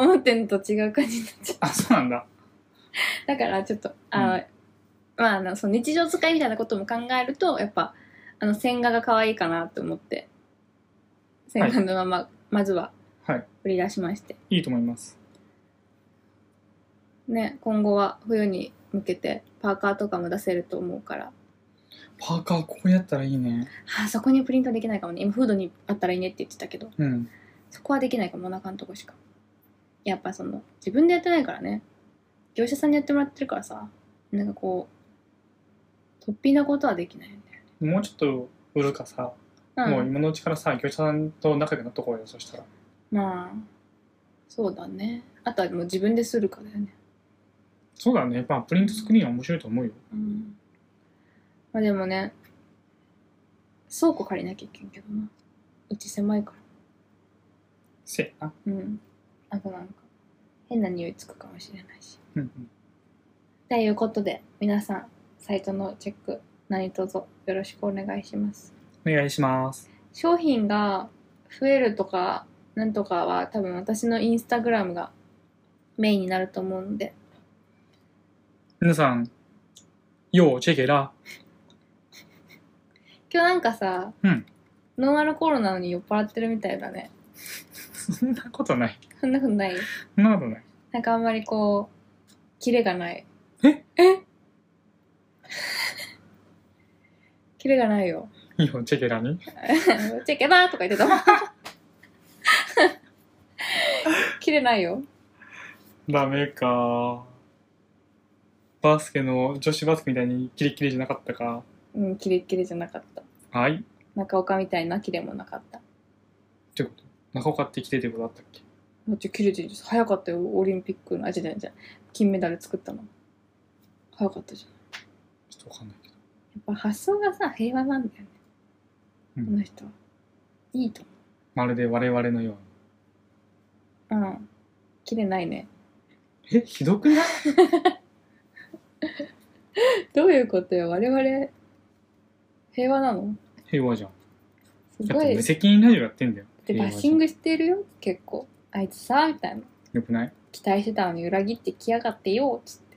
[SPEAKER 2] 思ってんのと違う感じになっちゃ
[SPEAKER 1] あ、そうなんだ。
[SPEAKER 2] う。だからちょっと、あの、
[SPEAKER 1] う
[SPEAKER 2] まあ、あの、その日常使いみたいなことも考えると、やっぱ、あの、線画が可愛いかなと思って、線画のまま、まずは
[SPEAKER 1] はい。
[SPEAKER 2] 売り出しまして。
[SPEAKER 1] いいと思います。
[SPEAKER 2] ね、今後は冬に向けてパーカーとかも出せると思うから、
[SPEAKER 1] パーカーここにあったらいいね。
[SPEAKER 2] あそこにプリントできないかもね。今、フードにあったらいいねって言ってたけど。
[SPEAKER 1] うん。
[SPEAKER 2] そこはできないかもお腹のとこしかやっぱその自分でやってないからね業者さんにやってもらってるからさなんかこう突飛なことはできないよね、
[SPEAKER 1] もうちょっと売るかさ、
[SPEAKER 2] うん、
[SPEAKER 1] もう今のうちからさ、業者さんと仲良くなっとこうよ、そしたら。
[SPEAKER 2] まあそうだねあとはもう自分でするかだよね
[SPEAKER 1] そうだね。まあ、プリントスクリーンは面白いと思うよ。
[SPEAKER 2] うんまあでもね倉庫借りなきゃいけんけどなうち狭いか
[SPEAKER 1] せやな。
[SPEAKER 2] らうんあとなんか変な匂いつくかもしれないし
[SPEAKER 1] うんうん。
[SPEAKER 2] ということで皆さんサイトのチェック何卒よろしくお願いします
[SPEAKER 1] お願いします。
[SPEAKER 2] 商品が増えるとかなんとかは多分私のインスタグラムがメインになると思うので
[SPEAKER 1] 皆さん、よう、チェケラ。
[SPEAKER 2] 今日なんかさ、
[SPEAKER 1] うん
[SPEAKER 2] ノンアルコールなのに酔っ払ってるみたいだね
[SPEAKER 1] そんなことない。
[SPEAKER 2] そんなことない
[SPEAKER 1] そんなことない。
[SPEAKER 2] なんかあんまりこうキレがない
[SPEAKER 1] え
[SPEAKER 2] え キレがないよ
[SPEAKER 1] よう、チェケラに。
[SPEAKER 2] チェケラーとか言ってたもん キレないよ
[SPEAKER 1] ダメか。バスケの、女子バスケみたいにキレッキレじゃなかったか。
[SPEAKER 2] うんキレッキレじゃなかった
[SPEAKER 1] はい。
[SPEAKER 2] 中岡みたいなキレもなかった
[SPEAKER 1] ってこと。中岡って来てってことだったっけ
[SPEAKER 2] だって切れてるじゃん早かったよオリンピックのあじゃないじゃん金メダル作ったの早かったじゃん
[SPEAKER 1] ちょっとわかんないけど。
[SPEAKER 2] やっぱ発想がさ平和なんだよね、
[SPEAKER 1] うん
[SPEAKER 2] この人はいいと
[SPEAKER 1] まるで我々のように。
[SPEAKER 2] 思ううん切れないね
[SPEAKER 1] え、ひどくない
[SPEAKER 2] どういうことよ我々平和なの
[SPEAKER 1] 平和じゃん。
[SPEAKER 2] す
[SPEAKER 1] だっ
[SPEAKER 2] ご
[SPEAKER 1] て
[SPEAKER 2] い
[SPEAKER 1] 無責任ラジオやってんだよ。
[SPEAKER 2] ってバッシングしてるよ結構あいつさみたいな
[SPEAKER 1] よくない
[SPEAKER 2] 期待してたのに裏切ってきやがっ てよつって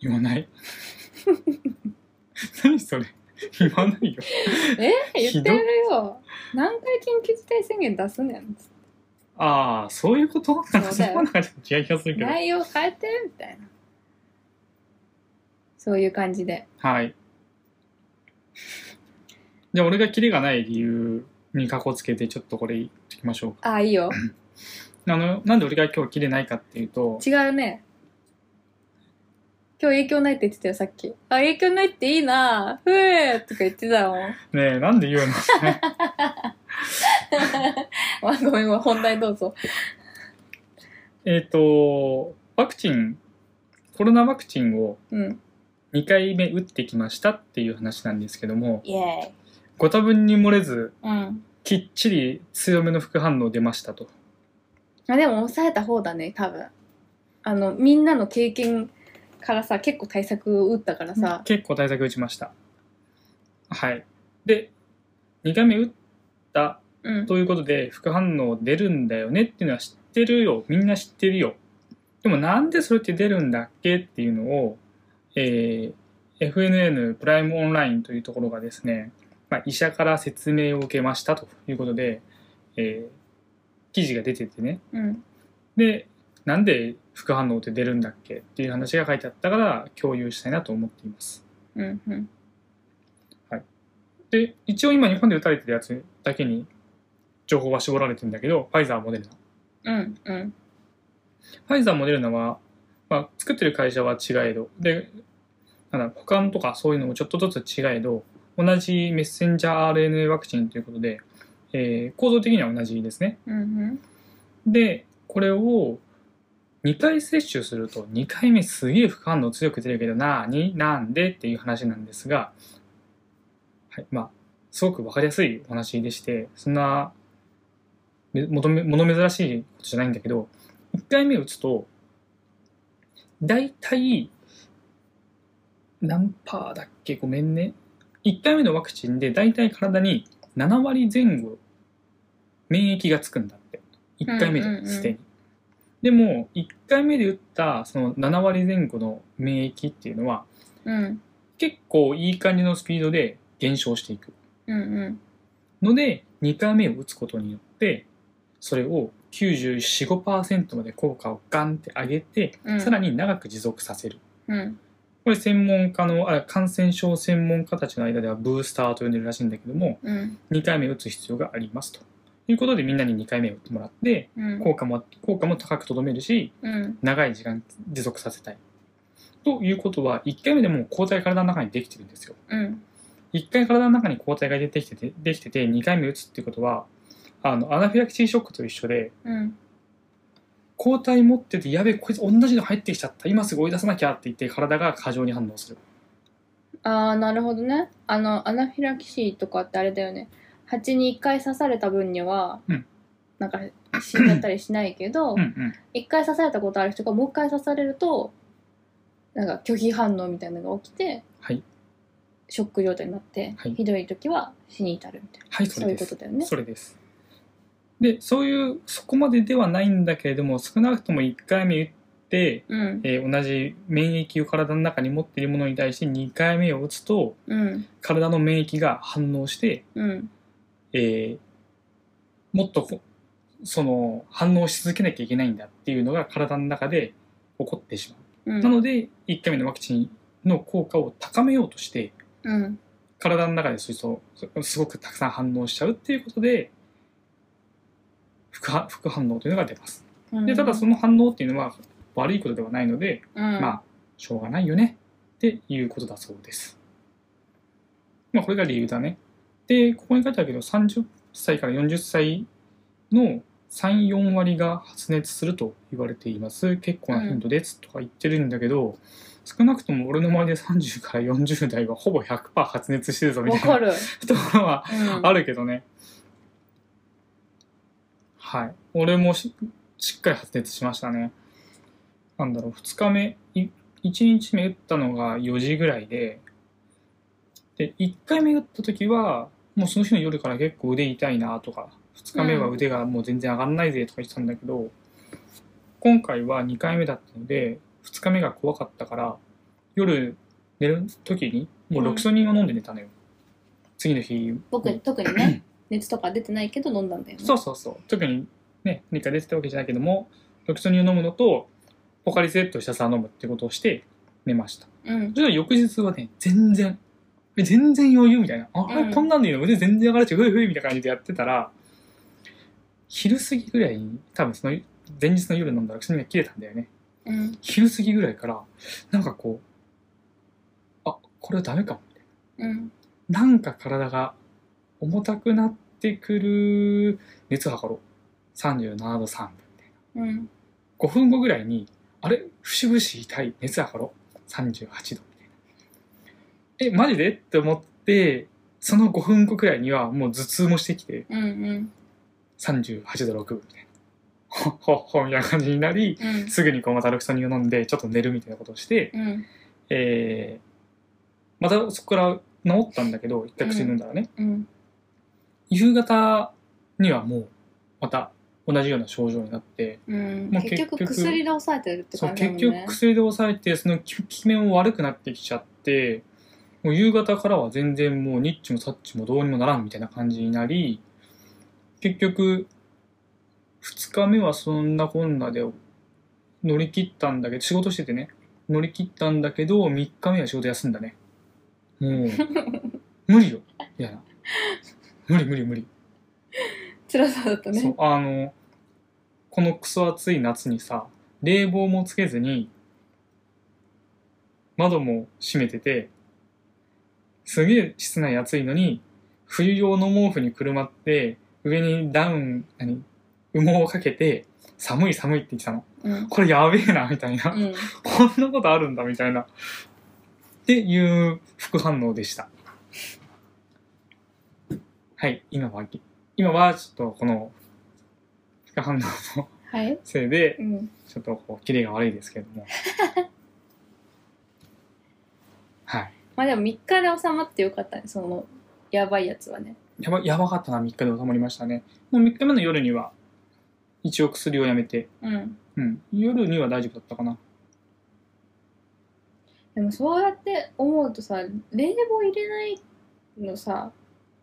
[SPEAKER 1] 言わない 何それ言わない よ
[SPEAKER 2] え
[SPEAKER 1] ひ
[SPEAKER 2] 言っ
[SPEAKER 1] ど
[SPEAKER 2] て
[SPEAKER 1] っ
[SPEAKER 2] るよ何回緊急事態宣言出すねんつっ
[SPEAKER 1] ああそういうことなんか
[SPEAKER 2] そう
[SPEAKER 1] そ
[SPEAKER 2] だよ
[SPEAKER 1] こはなんかちょっと違う気がする
[SPEAKER 2] て
[SPEAKER 1] けど
[SPEAKER 2] 内容変えてみたいなそういう感じで
[SPEAKER 1] はいじゃあ俺がキレがない理由にかこつけてちょっとこれ言ってきましょうか
[SPEAKER 2] ああいい よ
[SPEAKER 1] あのなんで俺が今日キレないかっていうと
[SPEAKER 2] 違うね今日影響ないって言ってたよさっきあ影響ないっていいなふえとか言ってたもん
[SPEAKER 1] ね えなんで言うの
[SPEAKER 2] まあごめんごめん本題どうぞ
[SPEAKER 1] えっとワクチンコロナワクチンを
[SPEAKER 2] うん
[SPEAKER 1] 2回目打ってきましたっていう話なんですけども
[SPEAKER 2] イエ
[SPEAKER 1] ご多分に漏れず
[SPEAKER 2] ーイうん
[SPEAKER 1] きっちり強めの副反応出ましたと
[SPEAKER 2] あでも抑えた方だね多分あのみんなの経験からさ結構対策を打ったからさ、
[SPEAKER 1] 結構対策打ちましたはいで2回目打った
[SPEAKER 2] うん、
[SPEAKER 1] ということで副反応出るんだよねっていうのは知ってるよみんな知ってるよでもなんでそれって出るんだっけっていうのを、えー FNN プライムオンラインというところがですね、まあ、医者から説明を受けましたということで、えー記事が出ててね
[SPEAKER 2] うん、
[SPEAKER 1] でなんで副反応って出るんだっけっていう話が書いてあったから共有したいなと思っています
[SPEAKER 2] うん、うん。
[SPEAKER 1] で一応今日本で打たれてるやつだけに情報は絞られてるんだけどファイザーモデルナ
[SPEAKER 2] うん、うん。
[SPEAKER 1] ファイザーモデルナは、まあ、作ってる会社は違えどでなんだ保管とかそういうのもちょっとずつ違えど同じメッセンジャー RNA ワクチンということで、えー構造的には同じですね
[SPEAKER 2] うん、
[SPEAKER 1] でこれを2回接種すると2回目すげえ副反応強く出るけどなーになんでっていう話なんですが、はい、まあすごく分かりやすいお話でしてそんなめもとめもの珍しいことじゃないんだけど1回目打つと大体何パーだっけごめんね1回目のワクチンで大体体に7割前後免疫がつくんだって1回目
[SPEAKER 2] うんうんうん
[SPEAKER 1] で、すでに。でも1回目で打ったその7割前後の免疫っていうのは
[SPEAKER 2] うん。うん、
[SPEAKER 1] 結構いい感じのスピードで減少していく
[SPEAKER 2] うん、
[SPEAKER 1] ので2回目を打つことによってそれを945%まで効果をガンって上げて、
[SPEAKER 2] うん。
[SPEAKER 1] さらに長く持続させる
[SPEAKER 2] うん、
[SPEAKER 1] これ専門家のあ感染症専門家たちの間ではブースターと呼んでるらしいんだけども
[SPEAKER 2] うん、
[SPEAKER 1] 2回目打つ必要がありますということでみんなに2回目を打ってもらって
[SPEAKER 2] うん。
[SPEAKER 1] 効果も効果も高くとどめるし
[SPEAKER 2] うん、
[SPEAKER 1] 長い時間持続させたいということは1回目でもう抗体体の中にできてるんですよ
[SPEAKER 2] うん、
[SPEAKER 1] 1回体の中に抗体が出てきててできてて2回目打つっていうことはあのアナフィラキシーショックと一緒で
[SPEAKER 2] うん、
[SPEAKER 1] 抗体持っててやべえこいつ同じの入ってきちゃった今すぐ追い出さなきゃって言って体が過剰に反応する
[SPEAKER 2] ああ、なるほどね。あの、アナフィラキシーとかってあれだよね。蜂に一回刺された分には、
[SPEAKER 1] うん
[SPEAKER 2] なんか死んじゃったりしないけど
[SPEAKER 1] うん、うん
[SPEAKER 2] 一、回刺されたことある人がもう一回刺されると、なんか拒否反応みたいなのが起きて、
[SPEAKER 1] はい
[SPEAKER 2] ショック状態になって、
[SPEAKER 1] はい
[SPEAKER 2] ひどい時は死に至るみたいな。
[SPEAKER 1] はいそ
[SPEAKER 2] そ
[SPEAKER 1] れ
[SPEAKER 2] ういう
[SPEAKER 1] で
[SPEAKER 2] こ
[SPEAKER 1] す
[SPEAKER 2] とだよね。
[SPEAKER 1] それです。で、そういう、そこまでではないんだけれども、少なくとも1回目打って、
[SPEAKER 2] うん、
[SPEAKER 1] えー同じ免疫を体の中に持っているものに対して2回目を打つと、
[SPEAKER 2] うん、
[SPEAKER 1] 体の免疫が反応して、
[SPEAKER 2] うん、
[SPEAKER 1] えーもっとこその反応し続けなきゃいけないんだっていうのが体の中で起こってしま
[SPEAKER 2] う
[SPEAKER 1] う。
[SPEAKER 2] ん。
[SPEAKER 1] なので、1回目のワクチンの効果を高めようとして、
[SPEAKER 2] うん、
[SPEAKER 1] 体の中でそうそうすごくたくさん反応しちゃうっていうことで副反副反応というのが出ます
[SPEAKER 2] うん
[SPEAKER 1] でただその反応っていうのは悪いことではないので、
[SPEAKER 2] うん、
[SPEAKER 1] まあしょうがないよねっていうことだそうですまあこれが理由だねでここに書いてあるけど30歳から40歳の34割が発熱すると言われています結構な頻度ですとか言ってるんだけど、少なくとも俺の周りで30から40代はほぼ100%発熱してるぞみた
[SPEAKER 2] わ
[SPEAKER 1] いな
[SPEAKER 2] かる。
[SPEAKER 1] ところは
[SPEAKER 2] うん、
[SPEAKER 1] あるけどね。はい。俺もししっかり発熱しましたね。なんだろう、2日目、1日目打ったのが4時ぐらいで、で、1回目打った時は、もうその日の夜から結構腕痛いなとか、 2日目は腕がもう全然上がんないぜとか言ってたんだけど、今回は2回目だったので、2日目が怖かったから、夜寝る時に、もうロキソニンを飲んで寝たのよ。次の日、
[SPEAKER 2] 僕、特に ね熱とか出てないけど飲んだんだよね
[SPEAKER 1] そうそうそう。特にね、何か出てたわけじゃないけども、ロキソニンを飲むのと、ポカリスエットをひたすら飲むってことをして寝ました。
[SPEAKER 2] うん
[SPEAKER 1] そしたら翌日はね、全然、え全然余裕みたいな。あ、
[SPEAKER 2] うん
[SPEAKER 1] こんなんでいいの腕全然上がるし、ふいふいみたいな感じでやってたら、昼過ぎぐらいに、多分その前日の夜飲んだら、薬が切れたんだよね。
[SPEAKER 2] うん
[SPEAKER 1] 昼過ぎぐらいから、なんかこう、あ、これはダメかも。
[SPEAKER 2] うん
[SPEAKER 1] なんか体が重たくなってくる、熱測ろう。37度3分。
[SPEAKER 2] うん
[SPEAKER 1] 5分後ぐらいに、あれ節々痛い、熱上がろう。38度みたいな。え、マジでって思って、その5分後くらいにはもう頭痛もしてきて、
[SPEAKER 2] うんうん
[SPEAKER 1] 38度6分みたいな。ほっほっほみたいな感じになり、
[SPEAKER 2] うん
[SPEAKER 1] すぐにこうまたロキソニンを飲んで、ちょっと寝るみたいなことをして、
[SPEAKER 2] うん
[SPEAKER 1] えー、またそこから治ったんだけど、一回薬飲んだらね、
[SPEAKER 2] うん
[SPEAKER 1] 夕方にはもう、また同じような症状になって、
[SPEAKER 2] うん
[SPEAKER 1] まあ
[SPEAKER 2] 結局
[SPEAKER 1] 結局
[SPEAKER 2] 薬で抑えてるって
[SPEAKER 1] そう
[SPEAKER 2] 感じだ
[SPEAKER 1] 結
[SPEAKER 2] もん
[SPEAKER 1] 局
[SPEAKER 2] ね
[SPEAKER 1] 薬で抑えてその効き目も悪くなってきちゃってもう夕方からは全然もうニッチもサッチもどうにもならんみたいな感じになり結局2日目はそんなこんなで乗り切ったんだけど仕事しててね乗り切ったんだけど3日目は仕事休んだねも う無理よみたいな無理無理無理
[SPEAKER 2] 辛さだった
[SPEAKER 1] そう
[SPEAKER 2] ね
[SPEAKER 1] あのこのクソ暑い夏にさ冷房もつけずに窓も閉めててすげえ室内暑いのに冬用の毛布にくるまって上にダウン何羽毛をかけて寒い寒いって言ってたの
[SPEAKER 2] うん
[SPEAKER 1] これやべえなみたいな、
[SPEAKER 2] うん
[SPEAKER 1] こんなことあるんだみたいなっていう副反応でしたはい今は今はちょっとこの副反応の
[SPEAKER 2] はい
[SPEAKER 1] せいで
[SPEAKER 2] うん
[SPEAKER 1] ちょっとこうキレが悪いですけ どもはい
[SPEAKER 2] まあでも3日で収まってよかったねそのやばいやつはね
[SPEAKER 1] やばやばかったな3日で収まりましたねもう3日目の夜には一応薬をやめて
[SPEAKER 2] うん
[SPEAKER 1] うん夜には大丈夫だったかな
[SPEAKER 2] でもそうやって思うとさ冷房入れないのさ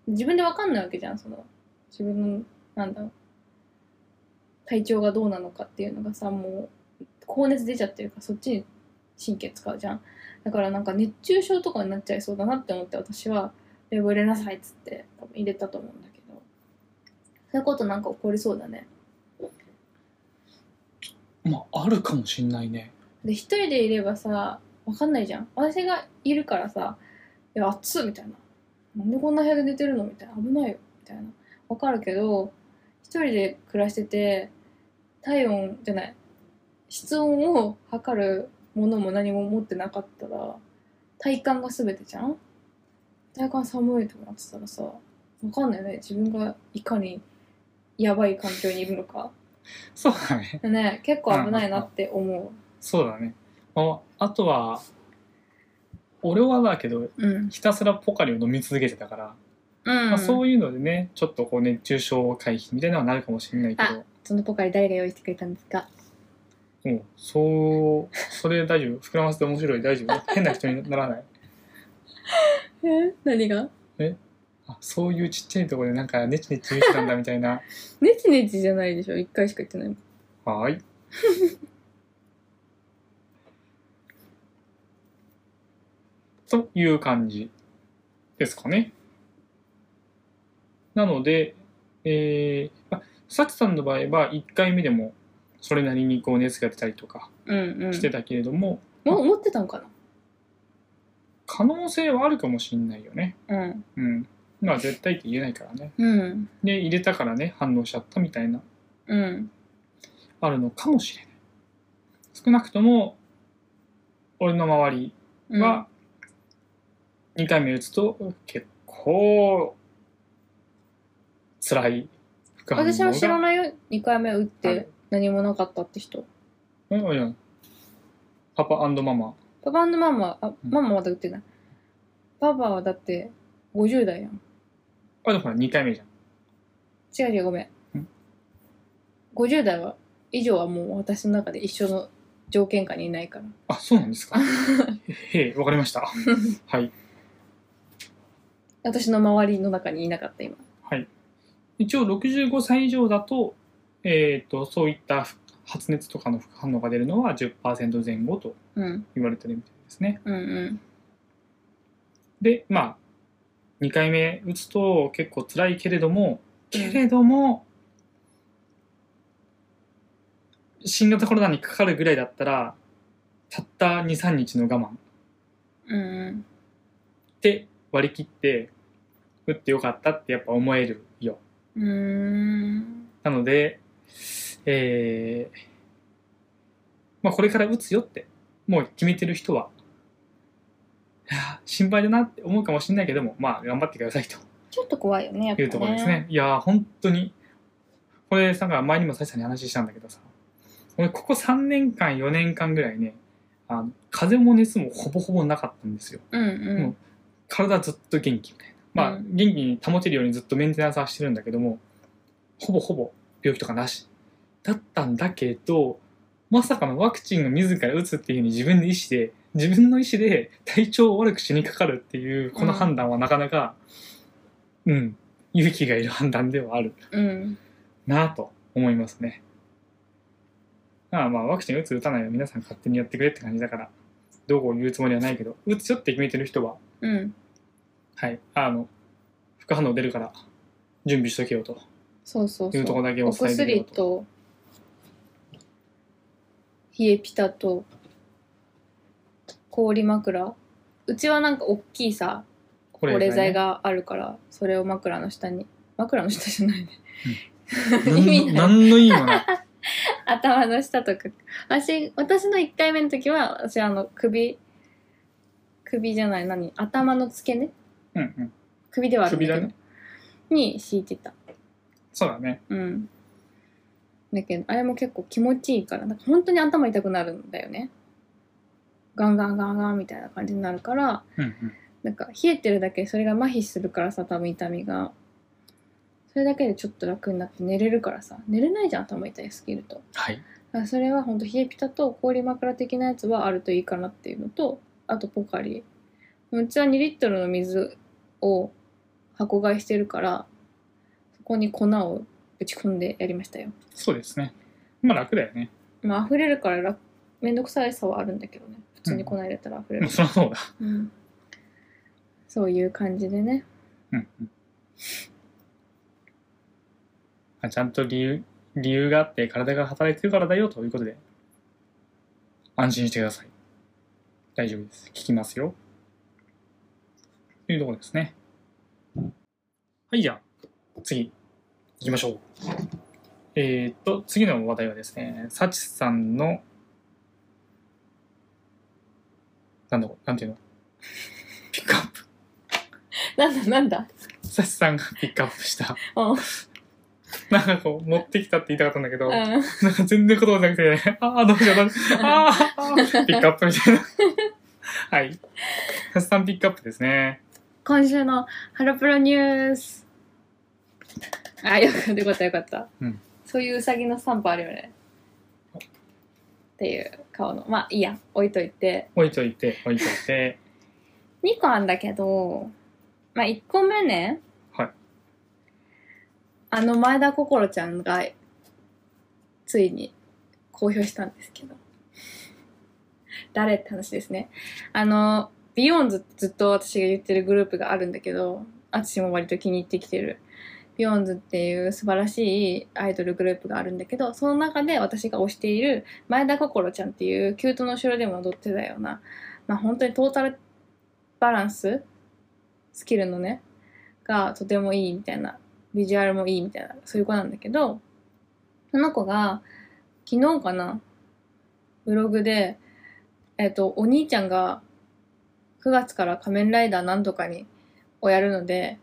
[SPEAKER 2] 自分でわかんないわけじゃんその自分のなんだろう体調がどうなのかっていうのがさもう高熱出ちゃってるからそっちに神経使うじゃんだからなんか熱中症とかになっちゃいそうだなって思って私は冷房入れなさいっつって多分入れたと思うんだけどそういうことなんか起こりそうだね
[SPEAKER 1] まああるかもしんないね
[SPEAKER 2] で一人でいればさわかんないじゃん私がいるからさ「いや暑っ」みたいな「なんでこんな部屋で寝てるの?」みたいな「危ないよ」みたいなわかるけど一人で暮らしてて体温じゃない室温を測るものも何も持ってなかったら体感が全てじゃん体感寒いとかなってたらさわかんないよね自分がいかにやばい環境にいるのか
[SPEAKER 1] そうだね
[SPEAKER 2] ね結構危ないなって思
[SPEAKER 1] そうだね。まあ、あとは、俺はだけど、
[SPEAKER 2] ううん、
[SPEAKER 1] ひたすらポカリを飲み続けてたから、
[SPEAKER 2] うん
[SPEAKER 1] まあ、そういうのでね、ちょっとこう熱中症回避みたいなのはなるかもしれないけど、
[SPEAKER 2] そのポカリ誰が用意してくれたんですか
[SPEAKER 1] もう、そう、それ大丈夫。膨らませて面白い、大丈夫。変な人にならない。
[SPEAKER 2] え何が
[SPEAKER 1] あそういうちっちゃいところでなんかネチネチ言ってたんだみたいな。
[SPEAKER 2] ネチネチじゃないでしょ一回しか言ってないもん
[SPEAKER 1] は ーい。という感じですかね。なので、えー、まあ、サチさんの場合は1回目でもそれなりにこう熱が出たりとか
[SPEAKER 2] うんう
[SPEAKER 1] してたけれども、
[SPEAKER 2] もう思ってたのか
[SPEAKER 1] 可能性はあるかもしれないよね。
[SPEAKER 2] なうん
[SPEAKER 1] うん。まあ絶対って言えないからね。
[SPEAKER 2] うん
[SPEAKER 1] で、入れたからね、反応しちゃったみたいな、
[SPEAKER 2] うん
[SPEAKER 1] あるのかもしれない。少なくとも、俺の周り
[SPEAKER 2] うん
[SPEAKER 1] は、2回目打つと結構辛い副反応が
[SPEAKER 2] 私は知らないよ2回目打っ
[SPEAKER 1] あ
[SPEAKER 2] て
[SPEAKER 1] る
[SPEAKER 2] 何もなかったって人
[SPEAKER 1] うんいやパパママ
[SPEAKER 2] パパママあ
[SPEAKER 1] ん
[SPEAKER 2] ママまだ打ってないパパはだって50代やん
[SPEAKER 1] あでもほら2回目じゃん
[SPEAKER 2] 違う違うごめ
[SPEAKER 1] ん
[SPEAKER 2] ん50代は以上はもう私の中で一緒の条件下にいないから
[SPEAKER 1] あ、そうなん ですか。へえ、わかりました。はい。
[SPEAKER 2] 私の周りの中にいなかった今
[SPEAKER 1] はい。一応、65歳以上だと、えっ、と、そういった発熱とかの副反応が出るのは10%前後と
[SPEAKER 2] うん
[SPEAKER 1] 言われてるみたいですね。
[SPEAKER 2] うんうん
[SPEAKER 1] で、まあ、2回目打つと結構辛いけれども、けれども、新型コロナにかかるぐらいだったら、たった2、3日の我慢
[SPEAKER 2] うんうん
[SPEAKER 1] って割り切って、打ってよかったってやっぱ思えるよ。
[SPEAKER 2] うーん
[SPEAKER 1] なので、えーまあ、これから打つよって、もう決めてる人は、いやー心配だなって思うかもしれないけども、まあ、頑張ってくださいと
[SPEAKER 2] ちょっと怖いよねやっぱ
[SPEAKER 1] いうところですね。いやー本当に、これさ、前にもさっさんに話したんだけどさ、俺、ここ3年間、4年間ぐらいね、あの風邪も熱もほぼほぼなかったんですよ。
[SPEAKER 2] うん
[SPEAKER 1] もう体ずっと元気みたいな。まあ、
[SPEAKER 2] う
[SPEAKER 1] 元気に保てるようにずっとメンテナンスはしてるんだけども、ほぼほぼ病気とかなし。だったんだけど、まさかのワクチンを自ら打つっていうふうに自分で意思で、自分の意思で 体調を悪くしにかかるっていう、この判断はなかなか、うん、勇気がいる判断ではある
[SPEAKER 2] うんうん
[SPEAKER 1] なぁと思いますね。まあまあ、ワクチン打つ打たないは皆さん勝手にやってくれって感じだから、どうこう言うつもりはないけど、打つよって決めてる人は、
[SPEAKER 2] うん
[SPEAKER 1] はい、あの副反応出るから準備しとけよと
[SPEAKER 2] そうそう
[SPEAKER 1] い
[SPEAKER 2] そうう
[SPEAKER 1] ところだけお
[SPEAKER 2] お
[SPEAKER 1] 伝えできれ
[SPEAKER 2] 薬
[SPEAKER 1] ばと。
[SPEAKER 2] と冷えピタと氷枕うちはなんか大きいさ
[SPEAKER 1] こ
[SPEAKER 2] 保冷剤
[SPEAKER 1] ね。
[SPEAKER 2] があるからそれを枕の下に枕の下じゃないね
[SPEAKER 1] 何
[SPEAKER 2] 意味
[SPEAKER 1] の
[SPEAKER 2] ない
[SPEAKER 1] 何の意味もない。
[SPEAKER 2] 頭の下とか私私の1回目の時は私あの首首じゃない何頭の付け根
[SPEAKER 1] うんうん。
[SPEAKER 2] 首ではあるん
[SPEAKER 1] 首
[SPEAKER 2] だけ
[SPEAKER 1] だ
[SPEAKER 2] ど、
[SPEAKER 1] ね。
[SPEAKER 2] に敷いてた
[SPEAKER 1] そうだね。
[SPEAKER 2] うんだけどあれも結構気持ちいいからなんか本当に頭痛くなるんだよねガンガンガンガンみたいな感じになるから
[SPEAKER 1] うんうん。
[SPEAKER 2] なんか冷えてるだけでそれが麻痺するからさ多分痛みがそれだけでちょっと楽になって寝れるからさ寝れないじゃん頭痛いすぎると
[SPEAKER 1] はい。
[SPEAKER 2] だからそれは本当冷えピタと氷枕的なやつはあるといいかなっていうのとあとポカリうちは2リットルの水を箱買いしてるからそこに粉をぶち込んでやりましたよ
[SPEAKER 1] そうですね。まあ楽だよね。
[SPEAKER 2] まあ溢れるから楽めんどくさいさはあるんだけどね普通に粉入れたら溢れ
[SPEAKER 1] ま
[SPEAKER 2] る
[SPEAKER 1] あ、そりゃそうだ。
[SPEAKER 2] うん、そういう感じでね
[SPEAKER 1] うんうん。まあちゃんと理由理由があって体が働いてるからだよということで安心してください。大丈夫です。聞きますよ。というところですね。はい、じゃあ、次、行きましょう。えーっと、次の話題はですね、サチさんの、なんだこなんていうのピックアップ。
[SPEAKER 2] なんだなんだ
[SPEAKER 1] サチさんがピックアップした。
[SPEAKER 2] うん
[SPEAKER 1] なんかこう、持ってきたって言いたかったんだけど、
[SPEAKER 2] うん
[SPEAKER 1] なんか全然言葉じゃなくて、ああ、どうしよう、どうしよう、あーあー、ピックアップみたいな。はい。サチさんピックアップですね。
[SPEAKER 2] 今週のハロプロニュースあよかったよかったよかった、
[SPEAKER 1] うん
[SPEAKER 2] そういううさぎのスタンプあるよねっていう顔のまあいいや置いといて
[SPEAKER 1] 置いといて、置いといて。
[SPEAKER 2] 2個あんだけどまあ1個目ね
[SPEAKER 1] はい
[SPEAKER 2] あの前田心ちゃんがついに公表したんですけど誰って話ですねあのビヨンズってずっと私が言ってるグループがあるんだけど私も割と気に入ってきてるビヨンズっていう素晴らしいアイドルグループがあるんだけどその中で私が推している前田心ちゃんっていうキュートの後ろでも踊ってたようなまあ本当にトータルバランススキルのねがとてもいいみたいなビジュアルもいいみたいなそういう子なんだけどその子が昨日かなブログでえっ、とお兄ちゃんが9月から仮面ライダーなんとかにをやるので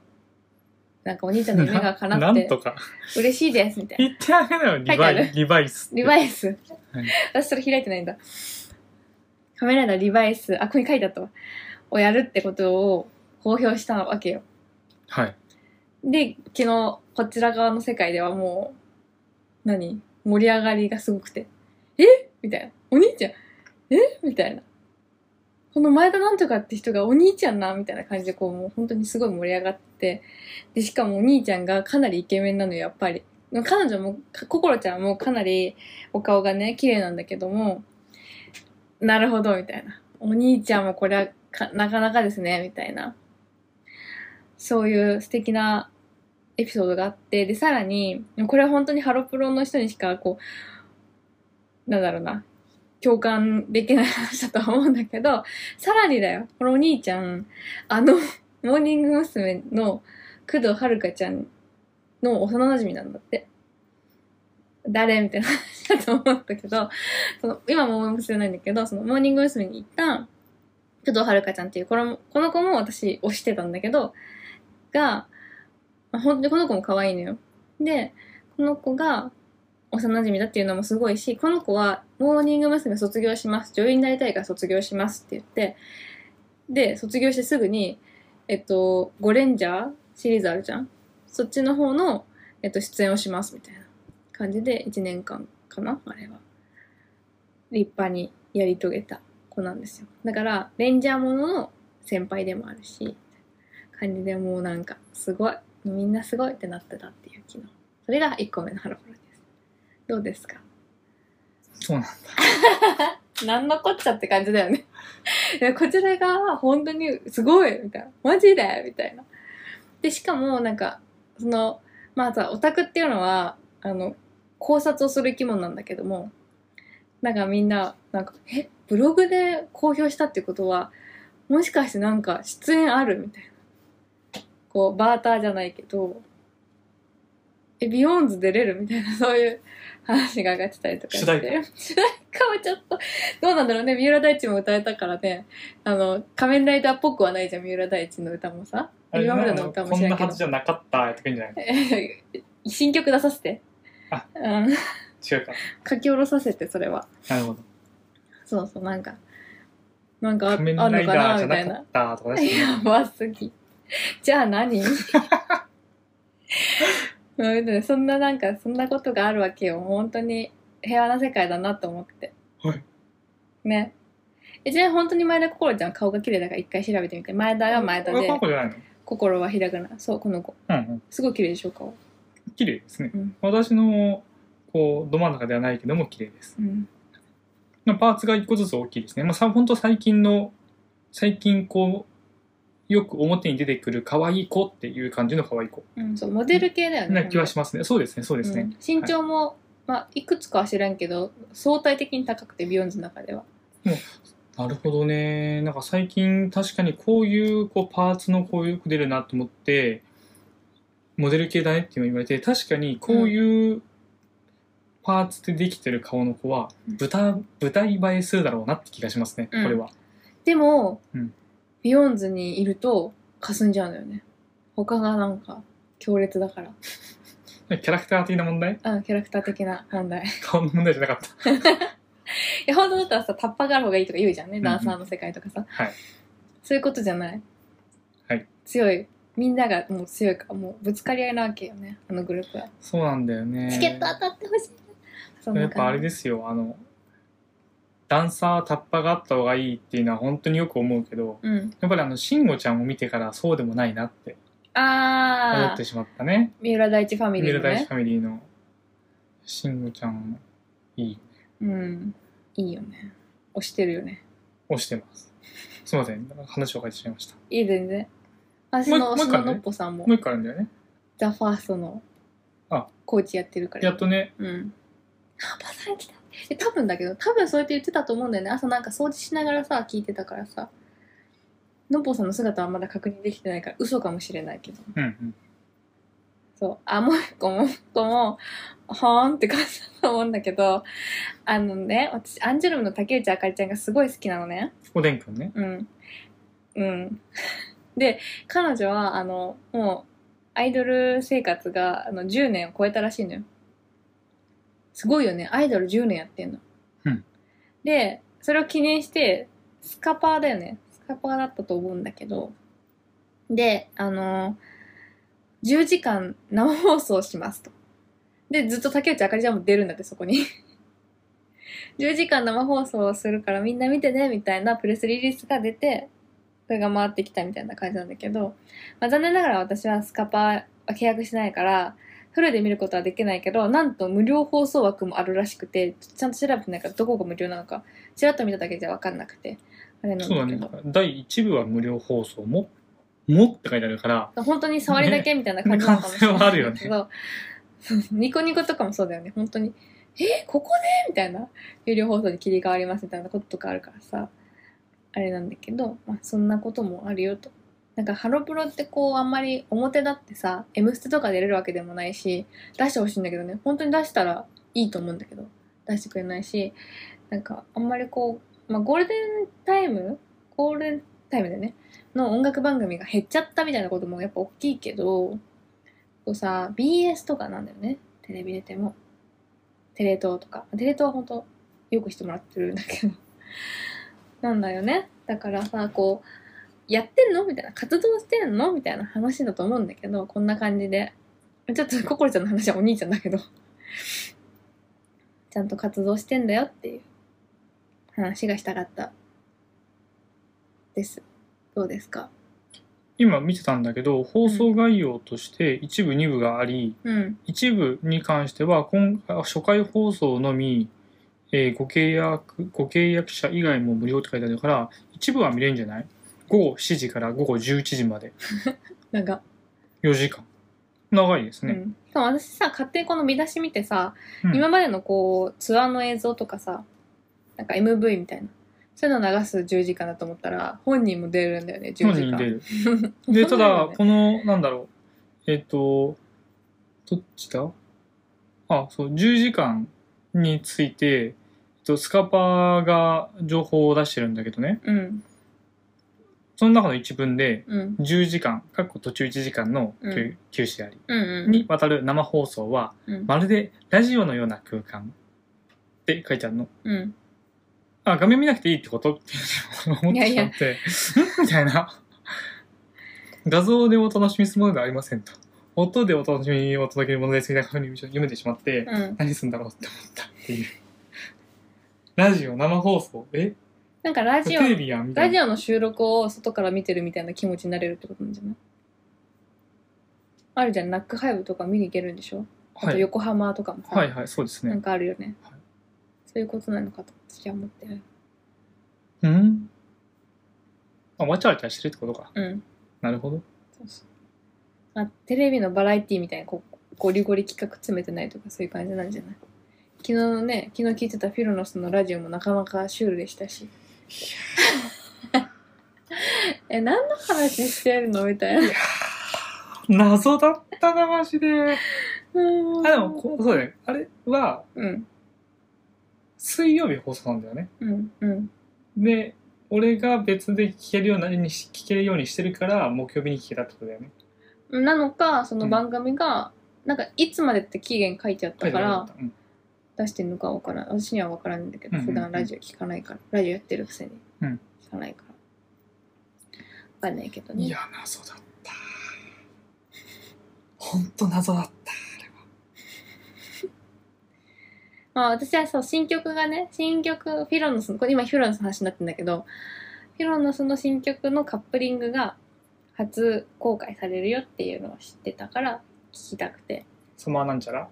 [SPEAKER 2] なんかお兄ちゃんの夢が叶っ て
[SPEAKER 1] ななんとか。
[SPEAKER 2] 嬉しいですみたいな。
[SPEAKER 1] 言ってあげなよ、リバ
[SPEAKER 2] 書いてあ
[SPEAKER 1] イ
[SPEAKER 2] る
[SPEAKER 1] リバイスって。
[SPEAKER 2] リバイス
[SPEAKER 1] はい。
[SPEAKER 2] 私それ開いてないんだ。カメラのリバイス、あ、ここに書いてあったわ。をやるってことを公表したわけよ。
[SPEAKER 1] はい。
[SPEAKER 2] で、昨日、こちら側の世界ではもう、何盛り上がりがすごくて。えみたいな。お兄ちゃん。えみたいな。この前田なんとかって人がお兄ちゃんなみたいな感じで、こう、もう本当にすごい盛り上がって。で、しかもお兄ちゃんがかなりイケメンなのよ、やっぱり。彼女も、か心ちゃんもかなりお顔がね、綺麗なんだけども、なるほど、みたいな。お兄ちゃんもこれはかなかなかですね、みたいな。そういう素敵なエピソードがあって、で、さらに、これは本当にハロプロの人にしか、こう、なんだろうな、共感できない話だとは思うんだけど、さらにだよ、このお兄ちゃん、あの、モーニング娘。の工藤遥ちゃんの幼馴染なんだって。誰みたいな話だと思うんだけど、その今も思い出せないんだけど、そのモーニング娘。に行った工藤遥ちゃんっていう、このこの子も私推してたんだけど、が、まあ本当にこの子も可愛いのよ。で、この子が幼馴染だっていうのもすごいし、この子はモーニング娘。卒業します。女優になりたいから卒業しますって言って、で、卒業してすぐに、えっと、ゴレンジャーシリーズあるじゃんそっちの方の、えっと、出演をしますみたいな感じで、1年間かなあれは。立派にやり遂げた子なんですよ。だから、レンジャーものの先輩でもあるし、感じでもうなんか、すごい、みんなすごいってなってたっていう機能。それが1個目のハロプロです。どうですか
[SPEAKER 1] そうなんだ。
[SPEAKER 2] なんのこっちゃって感じだよね。 いやこちら側は本当にすごいみたいな。マジでみたいな。で、しかもなんか、その、まあさ、オタクっていうのは、あの、考察をする生き物なんだけども、なんかみんな、なんか、え、ブログで公表したってことは、もしかしてなんか出演あるみたいな。こう、バーターじゃないけど、え、ビヨーンズ出れるみたいな、そういう話が上がってたりとかして。
[SPEAKER 1] 主題歌
[SPEAKER 2] 主題歌はちょっと、どうなんだろうね。三浦大知も歌えたからね。あの、仮面ライダーっぽくはないじゃん、三浦大知の歌もさ。
[SPEAKER 1] あれ
[SPEAKER 2] 今までの歌も
[SPEAKER 1] こん
[SPEAKER 2] 知ら
[SPEAKER 1] なん
[SPEAKER 2] け
[SPEAKER 1] は
[SPEAKER 2] ど
[SPEAKER 1] ず。じゃなかったとか言うんじゃない
[SPEAKER 2] 新曲出させて。
[SPEAKER 1] あ
[SPEAKER 2] うん。
[SPEAKER 1] 違うか。
[SPEAKER 2] 書き下ろさせて、それは。
[SPEAKER 1] なるほど。
[SPEAKER 2] そうそう、なんか、なんかああ
[SPEAKER 1] 仮面
[SPEAKER 2] んのか
[SPEAKER 1] ライダ
[SPEAKER 2] な
[SPEAKER 1] ーじゃ
[SPEAKER 2] みたい
[SPEAKER 1] な
[SPEAKER 2] な
[SPEAKER 1] か。ったとかだし
[SPEAKER 2] やばすぎ。じゃ あ何うんそんななんかそんなことがあるわけよ本当に平和な世界だなと思って
[SPEAKER 1] はい
[SPEAKER 2] ねえじゃあ本当に前田心ちゃん顔が綺麗だから一回調べてみて前田は前田
[SPEAKER 1] この
[SPEAKER 2] で
[SPEAKER 1] 子じゃないの
[SPEAKER 2] 心は開くなそうこの子
[SPEAKER 1] うんうん。
[SPEAKER 2] すごい綺麗でしょ顔
[SPEAKER 1] 綺麗ですね、
[SPEAKER 2] うん
[SPEAKER 1] 私のこうど真ん中ではないけども綺麗です
[SPEAKER 2] うん
[SPEAKER 1] まあパーツが一個ずつ大きいですねまあさほんと最近の最近こうよく表に出てくる可愛い子っていう感じの可愛い子
[SPEAKER 2] うんそうモデル系だよね
[SPEAKER 1] な気はしますねそうですねそうですね、
[SPEAKER 2] うん身長も、まあ、いくつかは知らんけど相対的に高くてビヨンズの中では
[SPEAKER 1] なるほどねなんか最近確かにこういうこうパーツのこういう子出るなと思ってモデル系だねって今言われて確かにこういうパーツでできてる顔の子は
[SPEAKER 2] うん
[SPEAKER 1] 舞台舞台映えするだろうなって気がしますねこれは、
[SPEAKER 2] でも、
[SPEAKER 1] うん
[SPEAKER 2] ビヨンズにいると霞んじゃうのよね他がなんか強烈だから
[SPEAKER 1] キャラクター的な問題
[SPEAKER 2] あキャラクター的な問題 い
[SPEAKER 1] 顔の問題じゃなかった。
[SPEAKER 2] や本当だったらさタッパーがある方がいいとか言うじゃんね
[SPEAKER 1] んうん
[SPEAKER 2] ダンサーの世界とかさ、
[SPEAKER 1] はい
[SPEAKER 2] そういうことじゃない、
[SPEAKER 1] はい
[SPEAKER 2] 強いみんながもう強いからもうぶつかり合いなわけよねあのグループは、
[SPEAKER 1] そうなんだよね。
[SPEAKER 2] チケット当たってほしいそん
[SPEAKER 1] や
[SPEAKER 2] な
[SPEAKER 1] っぱあれ
[SPEAKER 2] 感じ
[SPEAKER 1] ですよ、あの、ダンサー、タッパーがあった方がいいっていうのは本当によく思うけど、
[SPEAKER 2] うん
[SPEAKER 1] やっぱりあの、慎吾ちゃんを見てからそうでもないなって思
[SPEAKER 2] あ
[SPEAKER 1] っ
[SPEAKER 2] あ
[SPEAKER 1] てしまったね。
[SPEAKER 2] 三浦大知ファミ
[SPEAKER 1] ミ
[SPEAKER 2] リー
[SPEAKER 1] ル
[SPEAKER 2] の
[SPEAKER 1] ダイシ
[SPEAKER 2] ね
[SPEAKER 1] ファミリーの慎吾ちゃん、いい。
[SPEAKER 2] うんいいよね押してるよね
[SPEAKER 1] 押してます。すいません、話を変えてしまいました。
[SPEAKER 2] いい全然私
[SPEAKER 1] も
[SPEAKER 2] の
[SPEAKER 1] う一
[SPEAKER 2] 推し
[SPEAKER 1] 個あ
[SPEAKER 2] の
[SPEAKER 1] るね
[SPEAKER 2] のっぽさんも
[SPEAKER 1] もう一個あるんだよね。
[SPEAKER 2] ザ・ファーストの
[SPEAKER 1] あ
[SPEAKER 2] コーチやってるから。
[SPEAKER 1] やっとね、
[SPEAKER 2] うん。あ、パさん来た。え、多分だけど、多分そうやって言ってたと思うんだよね。朝なんか掃除しながらさ、聞いてたからさ。のっぽさんの姿はまだ確認できてないから、嘘かもしれないけど。
[SPEAKER 1] うんうん。
[SPEAKER 2] そう。あ、もう一個もう一個も、はーんって感じだと思うんだけど、あのね、私、アンジュルムの竹内あかりちゃんがすごい好きなのね。
[SPEAKER 1] おでんくんね。
[SPEAKER 2] うん。うん。 で、彼女は、あの、もう、アイドル生活が、あの、10年を超えたらしいのよ。すごいよね。アイドル10年やってんの。
[SPEAKER 1] うん
[SPEAKER 2] で、それを記念して、スカパーだよね。スカパーだったと思うんだけど。で、あの、 10時間生放送しますと。で、ずっと竹内あかりちゃんも出るんだって、そこに。10時間生放送するからみんな見てね、みたいなプレスリリースが出て、それが回ってきたみたいな感じなんだけど、まあ、残念ながら私はスカパーは契約しないから、フルで見ることはできないけど、なんと無料放送枠もあるらしくて、ちゃんと調べてないからどこが無料なのか、ちらっと見ただけじゃわかんなくて、あれなん
[SPEAKER 1] そう
[SPEAKER 2] だ
[SPEAKER 1] だ
[SPEAKER 2] け
[SPEAKER 1] ね
[SPEAKER 2] ど。。
[SPEAKER 1] 第1部は無料放送も、もって書いてあるから、
[SPEAKER 2] 本当に触りだけみたいな感じなのかもしれないんだけど、ニコニコとかもそうだよね、本当に。えここでみたいな。有料放送に切り替わりますみたいなこととかあるからさ。あれなんだけど、まあ、そんなこともあるよと。なんかハロプロってこうあんまり表だってさ「M ステ」とか出れるわけでもないし出してほしいんだけどね本当に出したらいいと思うんだけど出してくれないしなんかあんまりこう、まあ、ゴールデンタイムゴールデンタイムでねの音楽番組が減っちゃったみたいなこともやっぱ大きいけどこうさ BS とかなんだよねテレビ出てもテレ東とかテレ東は本当よくしてもらってるんだけど なんだよねだからさこうやってんのみたいな活動してんのみたいな話だと思うんだけどこんな感じでちょっと心ちゃんの話はお兄ちゃんだけど ちゃんと活動してんだよっていう話がしたかったですどうですか
[SPEAKER 1] 今見てたんだけど、放送概要として1部、2部があり、
[SPEAKER 2] うん
[SPEAKER 1] 1部に関しては今回、初回放送のみ、えーご契約、ご契約者以外も無料って書いてあるから、1部は見れるんじゃない午後7時から午後11時まで。
[SPEAKER 2] なんか、
[SPEAKER 1] 4時間。長いです
[SPEAKER 2] う
[SPEAKER 1] ね。
[SPEAKER 2] ん、しかも私さ勝手にこの見出し見てさ、
[SPEAKER 1] うん
[SPEAKER 2] 今までのこうツアーの映像とかさなんか MV みたいなそういうの流す10時間だと思ったら本人も出るんだよね10時間
[SPEAKER 1] 本人出る。で、ただ、この、なんだろう。えっ、と、どっちだあ、そう、10時間について、えっと、スカパーが情報を出してるんだけどね。
[SPEAKER 2] うん
[SPEAKER 1] その中の一文で、
[SPEAKER 2] うん
[SPEAKER 1] 10時間、かっこ途中1時間の
[SPEAKER 2] うん
[SPEAKER 1] 休休止あり
[SPEAKER 2] うんうん
[SPEAKER 1] にわたる生放送は、
[SPEAKER 2] うん
[SPEAKER 1] まるでラジオのような空間って書いてあるの。
[SPEAKER 2] うん
[SPEAKER 1] あ、画面見なくていいってことって思ってしまって、 んみたいな。画像でお楽しみするものではありませんと。音でお楽しみを届けるものですみたいな風に読めてしまって、
[SPEAKER 2] うん
[SPEAKER 1] 何すんだろうって思ったっていう。ラジオ、生放送、え
[SPEAKER 2] なんかラジ
[SPEAKER 1] テ
[SPEAKER 2] オ
[SPEAKER 1] レビやんみた
[SPEAKER 2] ラ
[SPEAKER 1] い
[SPEAKER 2] ジ
[SPEAKER 1] な。
[SPEAKER 2] オの収録を外から見てるみたいな気持ちになれるってことなんじゃないあるじゃんナックハイブとか見に行けるんでしょ、あ
[SPEAKER 1] は
[SPEAKER 2] と
[SPEAKER 1] い、
[SPEAKER 2] 横浜とかもさ、
[SPEAKER 1] はいはい、そうです
[SPEAKER 2] なん
[SPEAKER 1] ね。
[SPEAKER 2] かあるよね、
[SPEAKER 1] はい
[SPEAKER 2] そういうことなのかと私は思ってる
[SPEAKER 1] うんあ、わちゃわちゃしてるってことか。
[SPEAKER 2] うん
[SPEAKER 1] なるほど。
[SPEAKER 2] そうそうあテレビのバラエティみたいなこうゴリゴリ企画詰めてないとかそういう感じなんじゃない昨日のね昨日聞いてたフィロノスのラジオもなかなかシュールでしたし え何の話してるのみたいな
[SPEAKER 1] 謎だったな、マジで。あ、
[SPEAKER 2] あ
[SPEAKER 1] でも、こそうだね。あれは、
[SPEAKER 2] うん
[SPEAKER 1] 水曜日放送なんだよね。
[SPEAKER 2] うんうん
[SPEAKER 1] で俺が別で聞けるようなにし聞けるようにしてるから木曜日に聞けたってことだよね
[SPEAKER 2] なのかその番組が、なんかいつまでって期限書いてあったから
[SPEAKER 1] 書いてなかっ
[SPEAKER 2] 出してるのかわからん私にはわからないんだけど、
[SPEAKER 1] うんうんうん
[SPEAKER 2] 普段ラジオ聞かないからラジオやってるくせに
[SPEAKER 1] うん
[SPEAKER 2] 聞かないから、わかんないけど
[SPEAKER 1] たうんい
[SPEAKER 2] ね
[SPEAKER 1] や謎だった本当謎だった
[SPEAKER 2] まあ私はそう新曲がね新曲フィロノスのこれ今フィロノスの話になってんだけどフィロノスの新曲のカップリングが初公開されるよっていうのを知ってたから聞きたくて
[SPEAKER 1] サマーなんちゃら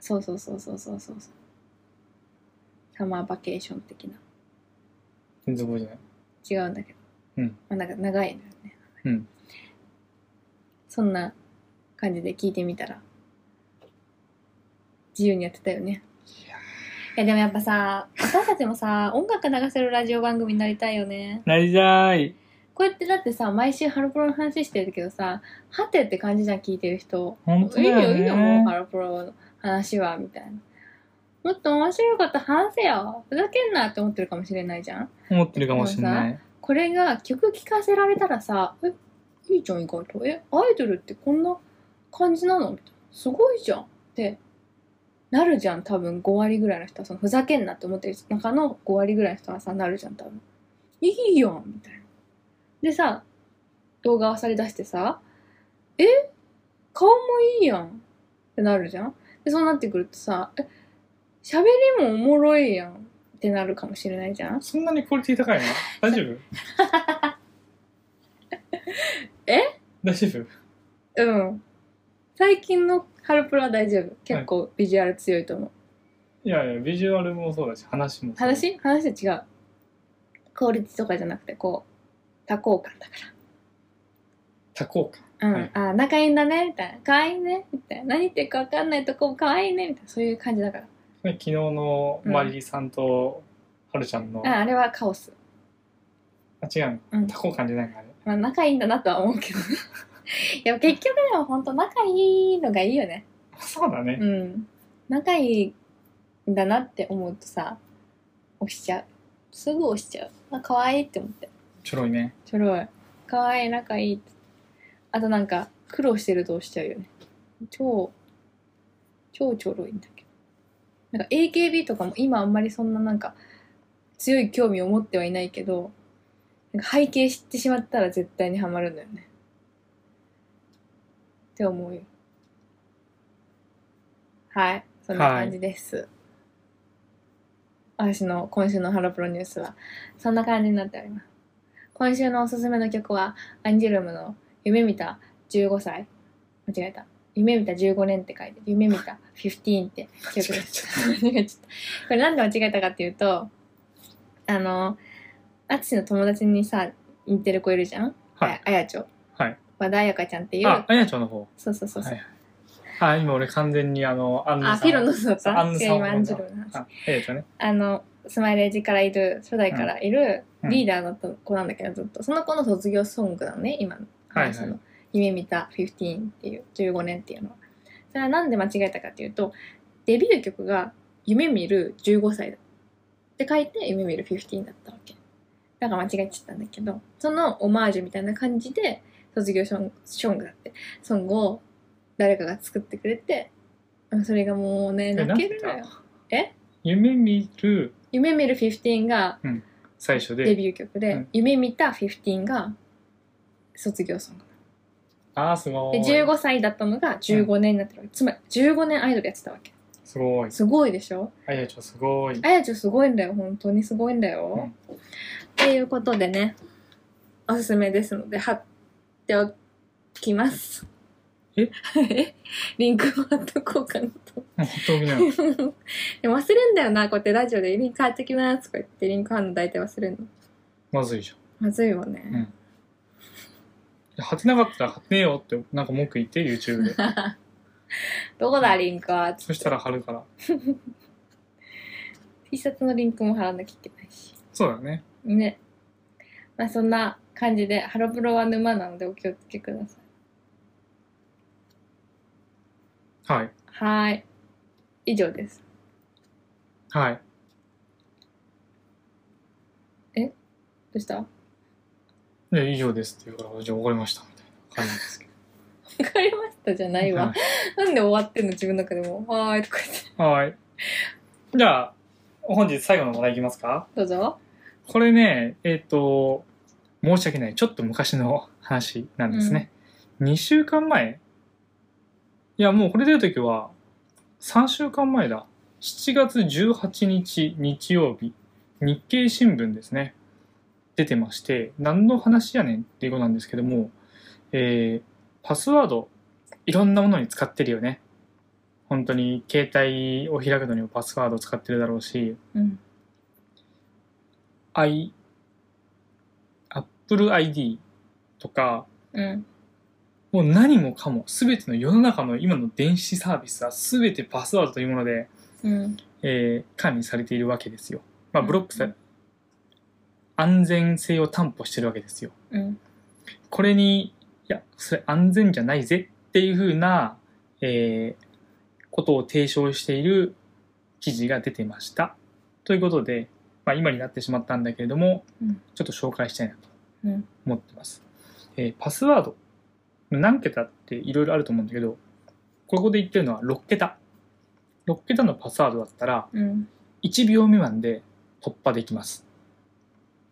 [SPEAKER 2] そうそうそうそうそうそうそうサマーバケーション的な
[SPEAKER 1] 全然覚えてない
[SPEAKER 2] 違うんだけど、
[SPEAKER 1] うん
[SPEAKER 2] まあ、なんか長いのよね、
[SPEAKER 1] うん
[SPEAKER 2] そんな感じで聞いてみたら自由にやってたよね
[SPEAKER 1] いや
[SPEAKER 2] いやでもやっぱさ私たちもさ音楽流せるラジオ番組になりたいよね
[SPEAKER 1] なりたい
[SPEAKER 2] こうやってだってさ毎週ハロプロの話してるけどさはてって感じじゃん聞いてる人
[SPEAKER 1] 本当だよ
[SPEAKER 2] いいよ
[SPEAKER 1] ね
[SPEAKER 2] いいよもうハロプロの話はみたいなもっと面白いこと話せよふざけんなって思ってるかもしれないじゃん
[SPEAKER 1] 思ってるかもしれない
[SPEAKER 2] これが曲聴かせられたらさ「えいいじゃん意外とえアイドルってこんな感じなの?」みたいな「すごいじゃん」ってなるじゃん多分5割ぐらいの人はそのふざけんなって思ってる中の5割ぐらいの人はさなるじゃん多分「いいよ」みたいな。でさ動画をされ出してさ「え顔もいいやんってなるじゃんでそうなってくるとさえ喋りもおもろいやんってなるかもしれないじゃん
[SPEAKER 1] そんなにクオリティ高いの大丈夫
[SPEAKER 2] え
[SPEAKER 1] 大丈夫
[SPEAKER 2] うん最近のハルプロは大丈夫結構ビジュアル強いと思う、
[SPEAKER 1] いやいや、ビジュアルもそうだし、話もそう。
[SPEAKER 2] 話話と違うクオリティとかじゃなくてこう多幸感だか
[SPEAKER 1] 多幸感。
[SPEAKER 2] らうん、
[SPEAKER 1] はい
[SPEAKER 2] あー仲いいんだねみたいな可愛いねみたいな何言ってるか分かんないとこも可愛いねみたいなそういう感じだから
[SPEAKER 1] 昨日のマリリさんとはるちゃんの、
[SPEAKER 2] あーあれはカオス、
[SPEAKER 1] あ、違う
[SPEAKER 2] うん
[SPEAKER 1] の。多幸感じゃないのあれ。
[SPEAKER 2] まあ、仲いいんだなとは思うけど でも結局でも本当仲いいのがいいよね
[SPEAKER 1] そうだね。
[SPEAKER 2] うん仲いいんだなって思うとさ押しちゃうすぐ押しちゃうあ可愛いって思って
[SPEAKER 1] ちょろいね。
[SPEAKER 2] ちょろい。かわいい、仲いいって。あとなんか、苦労してるとしちゃうよね。超、超ちょろいんだけど。なんか AKB とかも今あんまりそんななんか、強い興味を持ってはいないけど、なんか背景知ってしまったら絶対にはまるんだよね。って思うよ。はい。そんな感じです。私の今週のハロプロニュースは、そんな感じになっております。今週のおすすめの曲は、アンジュルムの夢見た15歳。間違えた。夢見た15年って書いて、夢見た15って曲で した。間違えちゃった。これなんで間違えたかっていうと、あの、アツシの友達にさ、似てる子いるじゃん
[SPEAKER 1] はい。
[SPEAKER 2] あやちょ。
[SPEAKER 1] はい。
[SPEAKER 2] 和田彩香ちゃんっていう。
[SPEAKER 1] あ、あやちゃんの方。
[SPEAKER 2] そうそうそうそう。
[SPEAKER 1] はいあ、今俺完全にあの、アンヌさん。
[SPEAKER 2] あ、ピロのだっ
[SPEAKER 1] そう
[SPEAKER 2] た
[SPEAKER 1] アンヌさん
[SPEAKER 2] 今アンジュルムの話。
[SPEAKER 1] あ、あやちゃんね。
[SPEAKER 2] あの、スマイレージからいる、初代からいる
[SPEAKER 1] うん
[SPEAKER 2] リーダーだった子なんだけど、ずっと。その子の卒業ソングなのね、今の。
[SPEAKER 1] はい
[SPEAKER 2] そ
[SPEAKER 1] はい
[SPEAKER 2] の。夢見た15っていう、15年っていうのは。それはなんで間違えたかっていうと、デビュー曲が夢見る15歳だって書いて夢見る15だったわけ。だから間違えちゃったんだけど、そのオマージュみたいな感じで、卒業ソングソングだって、ソングを誰かが作ってくれて、うんそれがもうね、
[SPEAKER 1] え
[SPEAKER 2] 泣けるの
[SPEAKER 1] なん
[SPEAKER 2] よ
[SPEAKER 1] だ。夢見る
[SPEAKER 2] 夢見る15が
[SPEAKER 1] 最初
[SPEAKER 2] デ
[SPEAKER 1] で、
[SPEAKER 2] ビュー曲で、
[SPEAKER 1] うん
[SPEAKER 2] 夢見た15が卒業ソング。
[SPEAKER 1] あーすご
[SPEAKER 2] で、
[SPEAKER 1] い。
[SPEAKER 2] 15歳だったのが15年になってるわけ。つまり15年アイドルやってたわけ。
[SPEAKER 1] すごい。
[SPEAKER 2] すごいでしょ
[SPEAKER 1] あやちゃんすごい
[SPEAKER 2] あ。やちょすごいんだよ。本当にすごいんだよ。っていうことでね、おすすめですので、貼っておきます。
[SPEAKER 1] え
[SPEAKER 2] リンクを貼っとこうかなと。
[SPEAKER 1] もうほっときなよ。
[SPEAKER 2] でも忘れんだよな、こうやってラジオでリンク貼ってきますとか言ってリンク貼るの大体忘れるの。
[SPEAKER 1] まずいじ
[SPEAKER 2] まずいよ
[SPEAKER 1] ゃん。う
[SPEAKER 2] ね。
[SPEAKER 1] ん。貼ってなかったら貼ってねえよって、なんか文句言って、YouTube で。
[SPEAKER 2] どこだ、リンクは。
[SPEAKER 1] そしたら貼るから。
[SPEAKER 2] T シャツのリンクも貼らなきゃいけないし。
[SPEAKER 1] そうだね。
[SPEAKER 2] ね。まあそんな感じで、ハロプロは沼なのでお気をつけください。
[SPEAKER 1] はい。
[SPEAKER 2] はーい。以上です。
[SPEAKER 1] はい。
[SPEAKER 2] どうしたわ
[SPEAKER 1] で、以上ですって言うから、じゃあ分かりました、みたいな感じですけど。
[SPEAKER 2] かりましたじゃないわ。なんで終わってんの自分の中でも。はーいとか言って。
[SPEAKER 1] はい。はい。じゃあ、本日最後の話題いきますか
[SPEAKER 2] どうぞ。
[SPEAKER 1] これね、えっ、と、申し訳ない。ちょっと昔の話なんですね。2週間前いや、もうこれ出るときは、3週間前だ。7月18日日曜日、日経新聞ですね。出てまして、何の話やねんっていうことなんですけども、えーパスワード、いろんなものに使ってるよね。本当に、携帯を開くのにもパスワードを使ってるだろうし、
[SPEAKER 2] うん。
[SPEAKER 1] i、Apple ID とか、
[SPEAKER 2] うん。
[SPEAKER 1] もう何もかも、すべての世の中の今の電子サービスはすべてパスワードというもので、
[SPEAKER 2] うん。
[SPEAKER 1] えー管理されているわけですよ。まあ、ブロックさ、
[SPEAKER 2] うん
[SPEAKER 1] 安全性を担保してるわけですよ。
[SPEAKER 2] うん。
[SPEAKER 1] これに、いや、それ安全じゃないぜっていうふうな、えーことを提唱している記事が出てました。ということで、まあ、今になってしまったんだけれども、
[SPEAKER 2] うん
[SPEAKER 1] ちょっと紹介したいなと
[SPEAKER 2] うん。
[SPEAKER 1] 思ってます。えーパスワード。何桁っていろいろあると思うんだけど、ここで言ってるのは6桁。6桁のパスワードだったら、
[SPEAKER 2] うん。
[SPEAKER 1] 1秒未満で突破できます。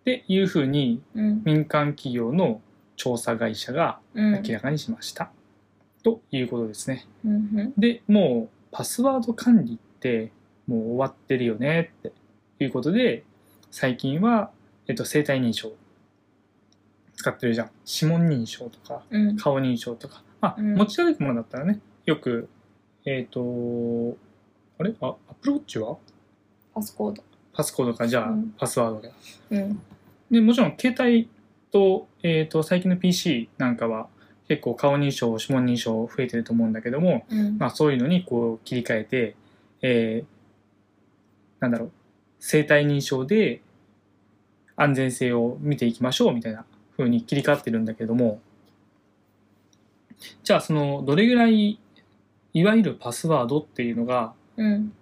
[SPEAKER 1] っていうふうに
[SPEAKER 2] うん。
[SPEAKER 1] 民間企業の調査会社が
[SPEAKER 2] うん。
[SPEAKER 1] 明らかにしました。ということですね。
[SPEAKER 2] うんうん
[SPEAKER 1] で、もうパスワード管理ってもう終わってるよねっていうことで、最近は、えっと、生体認証使ってるじゃん。指紋認証とか、
[SPEAKER 2] うん
[SPEAKER 1] 顔認証とか。まあ、
[SPEAKER 2] うん
[SPEAKER 1] 持ち歩くものだったらね、よく、えっ、と、あれあ、アプローチは
[SPEAKER 2] パスコード
[SPEAKER 1] パスコードか、じゃあ
[SPEAKER 2] うん
[SPEAKER 1] パスワードだ。
[SPEAKER 2] うん
[SPEAKER 1] でもちろん携帯と,、えー、と最近の PC なんかは結構顔認証指紋認証増えてると思うんだけども、
[SPEAKER 2] うん
[SPEAKER 1] まあ、そういうのにこう切り替えて、えーなんだろう生体認証で安全性を見ていきましょうみたいな風に切り替わってるんだけどもじゃあそのどれぐらいいわゆるパスワードっていうのが
[SPEAKER 2] うん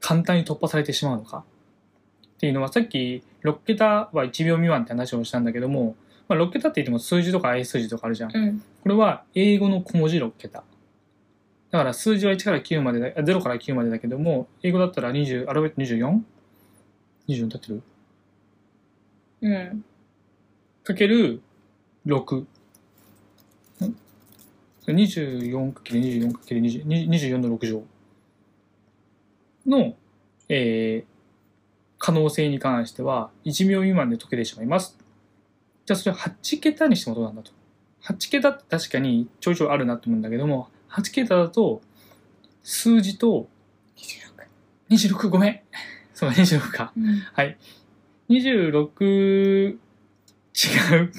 [SPEAKER 1] 簡単に突破されてしまうのかっていうのはさっき6桁は1秒未満って話をしたんだけども、まあ、6桁って言っても数字とか英数字とかあるじゃん。
[SPEAKER 2] うん
[SPEAKER 1] これは英語の小文字6桁。だから数字は1から9までだ、あ0から9までだけども、英語だったら20、アルファベット 24?24 経ってる
[SPEAKER 2] うん
[SPEAKER 1] かける6。ん ?24 かける24かける20 24の6乗の、えー可能性に関しては1秒未満で解けてしまいます。じゃあそれ8桁にしてもどうなんだと。8桁って確かにちょいちょいあるなと思うんだけども、8桁だと数字と
[SPEAKER 2] 26
[SPEAKER 1] 26ごめん。 そう、26か。
[SPEAKER 2] うん
[SPEAKER 1] 26違う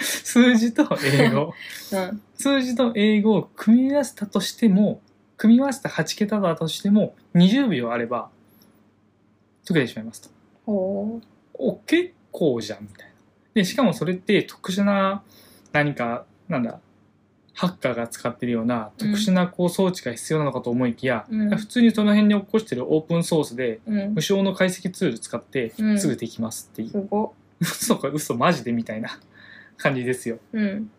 [SPEAKER 1] 数字と英 語
[SPEAKER 2] うん
[SPEAKER 1] 数字と英語を組み合わせたとしても組み合わせた8桁だとしても20秒あれば解けてしまいますと
[SPEAKER 2] ほ
[SPEAKER 1] お結構じゃんみたいなでしかもそれって特殊な何かなんだハッカーが使ってるような特殊なこう装置が必要なのかと思いきや、
[SPEAKER 2] うん
[SPEAKER 1] 普通にその辺に起こしてるオープンソースで
[SPEAKER 2] ううん
[SPEAKER 1] 無償の解析ツール使って
[SPEAKER 2] うん
[SPEAKER 1] すぐできますっていう
[SPEAKER 2] すご
[SPEAKER 1] 嘘か嘘マジでみたいな感じですよ。
[SPEAKER 2] うん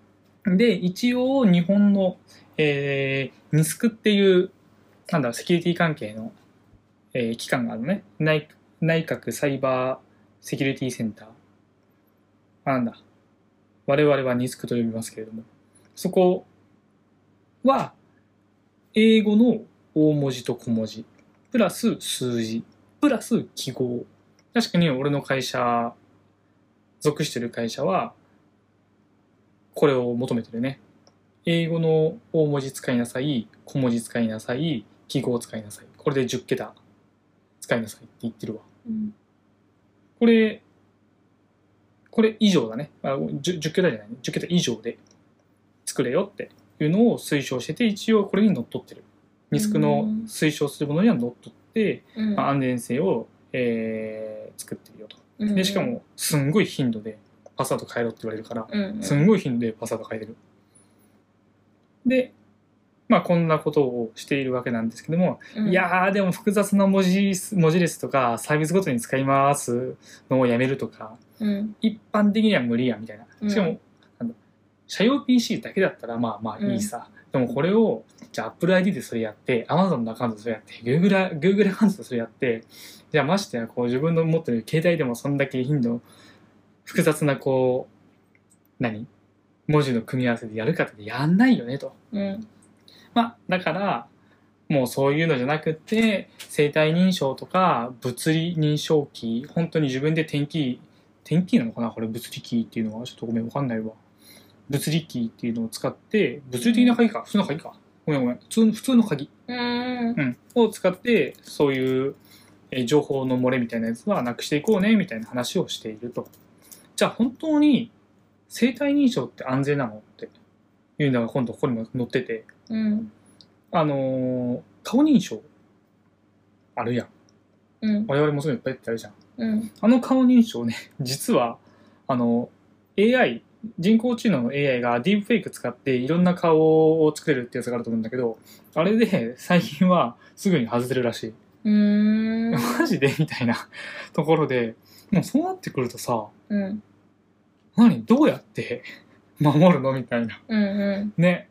[SPEAKER 1] で一応日本の、えー、ニスクっていうなんだろうセキュリティ関係の、えー機関があるのね内内閣サイバーセキュリティセンターあなんだ我々はニスクと呼びますけれどもそこは英語の大文字と小文字プラス数字プラス記号確かに俺の会社属してる会社はこれを求めてるね英語の大文字使いなさい小文字使いなさい記号使いなさいこれで10桁使いなさいって言ってるわ
[SPEAKER 2] うん
[SPEAKER 1] これこれ以上だねあ 10, 10桁じゃないね10桁以上で作れよっていうのを推奨してて一応これにのっとってるリスクの推奨するものにはのっとって、
[SPEAKER 2] うん
[SPEAKER 1] まあ、安全性を、えー作ってるよと
[SPEAKER 2] うん
[SPEAKER 1] でしかもすんごい頻度でパスワード変えろって言われるから
[SPEAKER 2] うんうん
[SPEAKER 1] すんごい頻度でパスワード変えてる。で、まあこんなことをしているわけなんですけども、
[SPEAKER 2] うん
[SPEAKER 1] いやーでも複雑な文字す文字列とかサービスごとに使いますのをやめるとか、
[SPEAKER 2] うん
[SPEAKER 1] 一般的には無理やみたいな。しか
[SPEAKER 2] う
[SPEAKER 1] も、なんだ社用 PC だけだったらまあまあいいさ。でもこれを、じゃあ Apple ID でそれやって、Amazon のアカウントでそれやって、Google, Google アカウントでそれやって、じゃあましてやこう自分の持ってる携帯でもそんだけ頻度、複雑なこう、何文字の組み合わせでやるかってやんないよねと。
[SPEAKER 2] うん
[SPEAKER 1] まあ、だから、もうそういうのじゃなくて、生体認証とか、物理認証キー、本当に自分で点キー、点キーなのかなこれ物理キーっていうのは、ちょっとごめん、わかんないわ。物理キーっていうのを使って、物理的な鍵か、普通の鍵か。ごめんごめん、普通の普通の鍵、
[SPEAKER 2] うん
[SPEAKER 1] うん、を使って、そういうえー情報の漏れみたいなやつはなくしていこうね、みたいな話をしていると。じゃあ本当に生体認証って安全なのっていうのが今度ここにも載ってて、
[SPEAKER 2] うん
[SPEAKER 1] あのー顔認証あるやん。
[SPEAKER 2] うん
[SPEAKER 1] 我々もそういうのいっぱいやってあるじゃん。
[SPEAKER 2] うん
[SPEAKER 1] あの顔認証ね、 実は、あの、AI、人工知能の AI がディープフェイク使っていろんな顔を作れるってやつがあると思うんだけど、あれで最近はすぐに外せるらしい。
[SPEAKER 2] うーん
[SPEAKER 1] マジでみたいなところで、もうそうなってくるとさ、
[SPEAKER 2] うん
[SPEAKER 1] 何どうやって守るのみたいな。
[SPEAKER 2] うん
[SPEAKER 1] ね。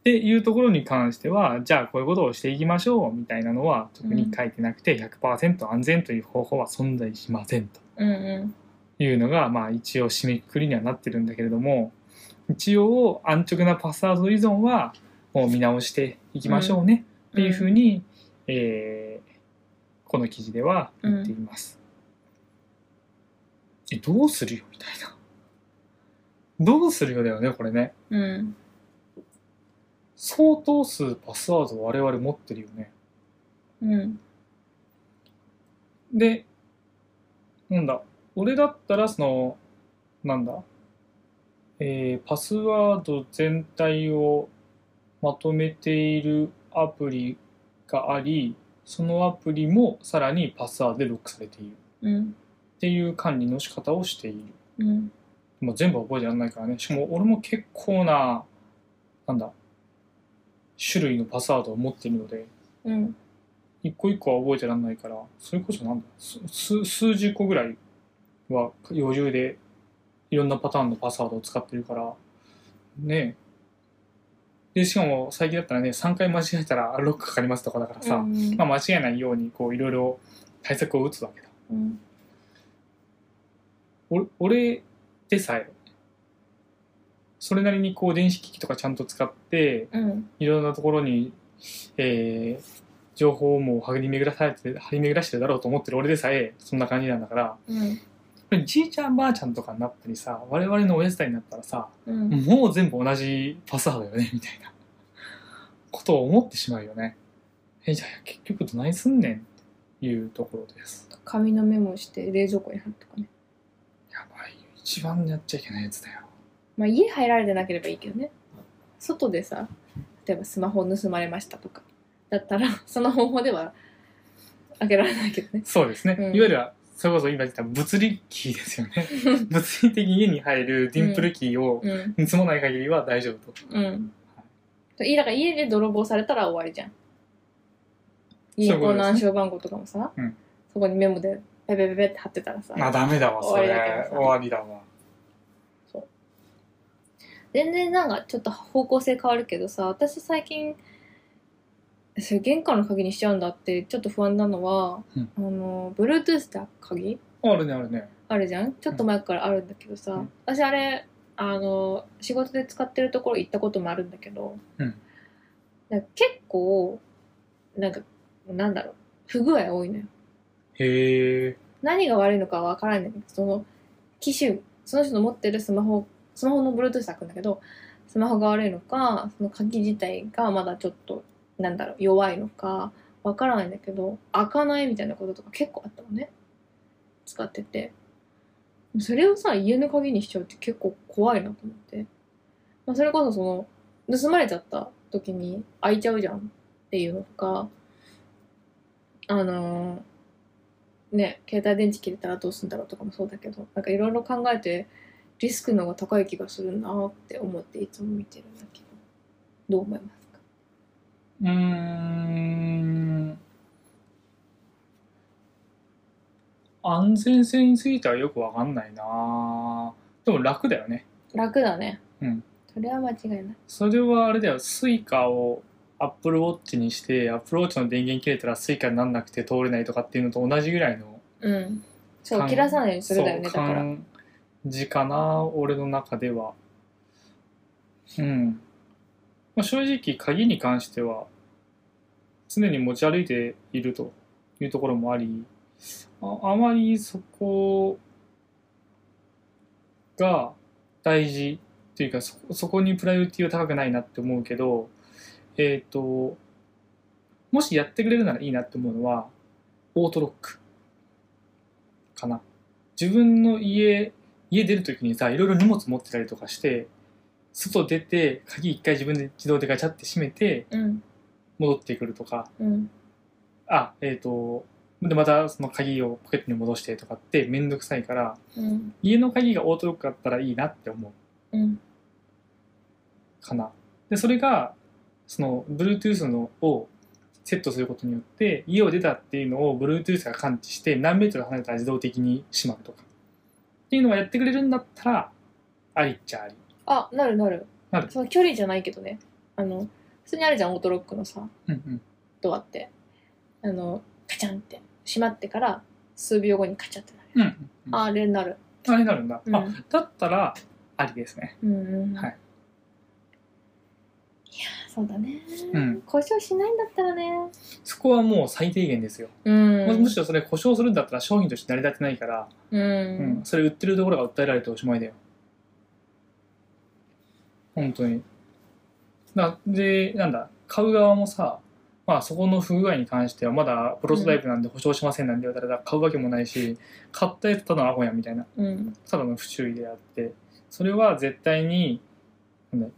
[SPEAKER 1] っていうところに関しては、じゃあこういうことをしていきましょうみたいなのは特に書いてなくて100%安全という方法は存在しませんと
[SPEAKER 2] うんうん
[SPEAKER 1] いうのが、まあ一応締めくくりにはなってるんだけれども、一応安直なパスワード依存はもう見直していきましょうね、っていうふうに、えーこの記事では言っています。えどうするよみたいな。どうするよだよねこれね。
[SPEAKER 2] うん
[SPEAKER 1] 相当数パスワードを我々持ってるよね。
[SPEAKER 2] うん
[SPEAKER 1] で、なんだ、俺だったらその、なんだ、えーパスワード全体をまとめているアプリがあり、そのアプリもさらにパスワードでロックされている
[SPEAKER 2] うん
[SPEAKER 1] っていう管理の仕方をしている。
[SPEAKER 2] うん
[SPEAKER 1] もう全部覚えてやらないからね。しかも俺も結構な、なんだ、種類のパスワードを持っているので、
[SPEAKER 2] うん
[SPEAKER 1] 一個一個は覚えてらんないからそれこそなんだす数数十個ぐらいは余裕でいろんなパターンのパスワードを使ってるからねえでしかも最近だったらね3回間違えたらロックかかりますとかだからさ、
[SPEAKER 2] うん
[SPEAKER 1] まあ、間違えないようにこういろいろ対策を打つわけだ
[SPEAKER 2] うん
[SPEAKER 1] 俺俺でさえそれなりにこう電子機器とかちゃんと使って
[SPEAKER 2] うん
[SPEAKER 1] いろんなところに、えー情報も張り巡らされて、張り巡らしてるだろうと思ってる俺でさえ、そんな感じなんだから、やっ
[SPEAKER 2] うん
[SPEAKER 1] ぱりじいちゃんばあちゃんとかになったりさ、我々のおやつ代になったらさ、
[SPEAKER 2] うん
[SPEAKER 1] もう全部同じパスワードよね、みたいなことを思ってしまうよね。え、じゃあ結局どないすんねんっていうところです。
[SPEAKER 2] 紙のメモして冷蔵庫に貼るとかね
[SPEAKER 1] やばいよ。一番やっちゃいけないやつだよ。
[SPEAKER 2] まあ家入られてなければいいけどね外でさ例えばスマホ盗まれましたとかだったらその方法では開けられないけどね
[SPEAKER 1] そうですね。
[SPEAKER 2] うん
[SPEAKER 1] いわゆる、それこそ今言った物理キーですよ ね。物理的に家に入るディンプルキーを
[SPEAKER 2] うん
[SPEAKER 1] 積もない限りは大丈夫と。
[SPEAKER 2] うんいいだから家で泥棒されたら終わりじゃん
[SPEAKER 1] ういう
[SPEAKER 2] 銀
[SPEAKER 1] ことですね
[SPEAKER 2] 行の暗証番号とかもさ
[SPEAKER 1] うん
[SPEAKER 2] そこにメモでペペペペって貼ってたらさ
[SPEAKER 1] あ、ダメだわ、そ
[SPEAKER 2] 終わりだけ
[SPEAKER 1] れ
[SPEAKER 2] ど。さ
[SPEAKER 1] 終わりだわ。
[SPEAKER 2] 全然なんかちょっと方向性変わるけどさ私最近それ玄関の鍵にしちゃうんだってちょっと不安なのは、
[SPEAKER 1] うん
[SPEAKER 2] あの Bluetooth だ鍵
[SPEAKER 1] あるね、あるね。
[SPEAKER 2] あるじゃんちょっと前からあるんだけどさ、
[SPEAKER 1] うん
[SPEAKER 2] 私あれあの仕事で使ってるところ行ったこともあるんだけど、
[SPEAKER 1] うん
[SPEAKER 2] なんか結構なんかなんだろう不具合多いのよ
[SPEAKER 1] へえ。
[SPEAKER 2] 何が悪いのかわからないんだけどその機種その人の持ってるスマホスマホの Bluetooth 開くんだけどスマホが悪いのかその鍵自体がまだちょっとなんだろう弱いのかわからないんだけど開かないみたいなこととか結構あったのね使っててそれをさ家の鍵にしちゃうって結構怖いなと思って、まあ、それこそその盗まれちゃった時に開いちゃうじゃんっていうのとかあのーね、携帯電池切れたらどうするんだろうとかもそうだけどなんかいろいろ考えてリスクの方が高い気がするなーって思っていつも見てるんだけどどう思いますか
[SPEAKER 1] うーん。安全性についてはよくわかんないなでも楽だよね。
[SPEAKER 2] 楽だね
[SPEAKER 1] うん
[SPEAKER 2] それは間違いない
[SPEAKER 1] それはあれだよ、スイカを Apple Watch にして、Apple Watch の電源切れたらスイカになんなくて通れないとかっていうのと同じぐらいの、
[SPEAKER 2] うんそ
[SPEAKER 1] か
[SPEAKER 2] うん切らさないようにするだよねだ
[SPEAKER 1] そう
[SPEAKER 2] から
[SPEAKER 1] 感じかな、俺の中では。うん。まあ、正直、鍵に関しては、常に持ち歩いているというところもあり、ああまりそこが大事というかそ、そこにプライオリティは高くないなって思うけど、えっ、と、もしやってくれるならいいなって思うのは、オートロックかな。自分の家家出るときにさいろいろ荷物持ってたりとかして外出て鍵一回自分で自動でガチャって閉めて
[SPEAKER 2] うん
[SPEAKER 1] 戻ってくるとか
[SPEAKER 2] うん
[SPEAKER 1] あえっ、とでまたその鍵をポケットに戻してとかって面倒くさいから
[SPEAKER 2] うん
[SPEAKER 1] 家の鍵がオートロックだったらいいなって思
[SPEAKER 2] うん
[SPEAKER 1] うかなでそれがその Bluetooth のをセットすることによって家を出たっていうのを Bluetooth が感知して何メートル離れたら自動的に閉まるとかっていうのがやってくれるんだったらありっちゃあり
[SPEAKER 2] あなるなる
[SPEAKER 1] なる
[SPEAKER 2] その距離じゃないけどねあの普通にあるじゃんオートロックのさ
[SPEAKER 1] うんうん
[SPEAKER 2] ドアってあのカチャンって閉まってから数秒後にカチャってなる、
[SPEAKER 1] うんうんうん
[SPEAKER 2] あれになる
[SPEAKER 1] あれになるんだ、
[SPEAKER 2] うん
[SPEAKER 1] あだったらありですね。
[SPEAKER 2] うんうん
[SPEAKER 1] はい
[SPEAKER 2] そうだね、
[SPEAKER 1] うん
[SPEAKER 2] 故障しないんだったらね
[SPEAKER 1] そこはもう最低限ですよ。
[SPEAKER 2] うん
[SPEAKER 1] むむしろそれ故障するんだったら商品として成り立ってないから、
[SPEAKER 2] うん、
[SPEAKER 1] うんそれ売ってるところが訴えられておしまいだよ。本当に。なで、なんだ、買う側もさ、まあそこの不具合に関してはまだプロトタイプなんで保証しませんなんて言われたら買うわけもないし、買ったやつただのアホやみたいな、
[SPEAKER 2] うん
[SPEAKER 1] ただの不注意であって、それは絶対に、なんだ、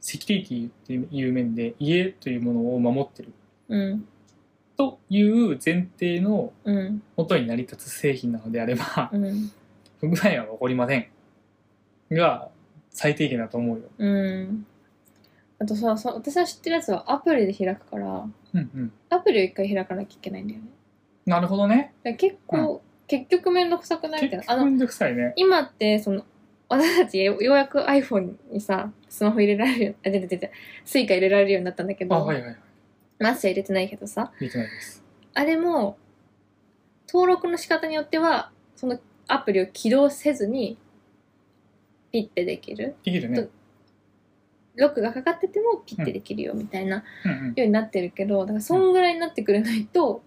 [SPEAKER 1] セキュリティっていう面で家というものを守ってる
[SPEAKER 2] うん
[SPEAKER 1] という前提の
[SPEAKER 2] うん
[SPEAKER 1] 元に成り立つ製品なのであれば、
[SPEAKER 2] うん
[SPEAKER 1] 不具合は起こりませんが最低限だと思うよ。
[SPEAKER 2] うんあとささ私は知ってるやつはアプリで開くから
[SPEAKER 1] うんうん、
[SPEAKER 2] アプリを一回開かなきゃいけないんだよね
[SPEAKER 1] なるほどね。
[SPEAKER 2] だから結構、結局面倒くさくないみたい
[SPEAKER 1] 結
[SPEAKER 2] なあ
[SPEAKER 1] 局め
[SPEAKER 2] の
[SPEAKER 1] んどくさいね。
[SPEAKER 2] 今ってその私たちよようやく iPhone にさスマホ入れられるよあ出て出てスイカ入れられるようになったんだけ
[SPEAKER 1] あ
[SPEAKER 2] ど
[SPEAKER 1] はいはいはい。
[SPEAKER 2] マッシュは入れてないけどさ
[SPEAKER 1] できないです。
[SPEAKER 2] あれも登録の仕方によってはそのアプリを起動せずにピッてできる
[SPEAKER 1] できるね。
[SPEAKER 2] ロックがかかっててもピッてできるよみたいなよ
[SPEAKER 1] うんうん、
[SPEAKER 2] うになってるけどだからそんぐらいになってくれないと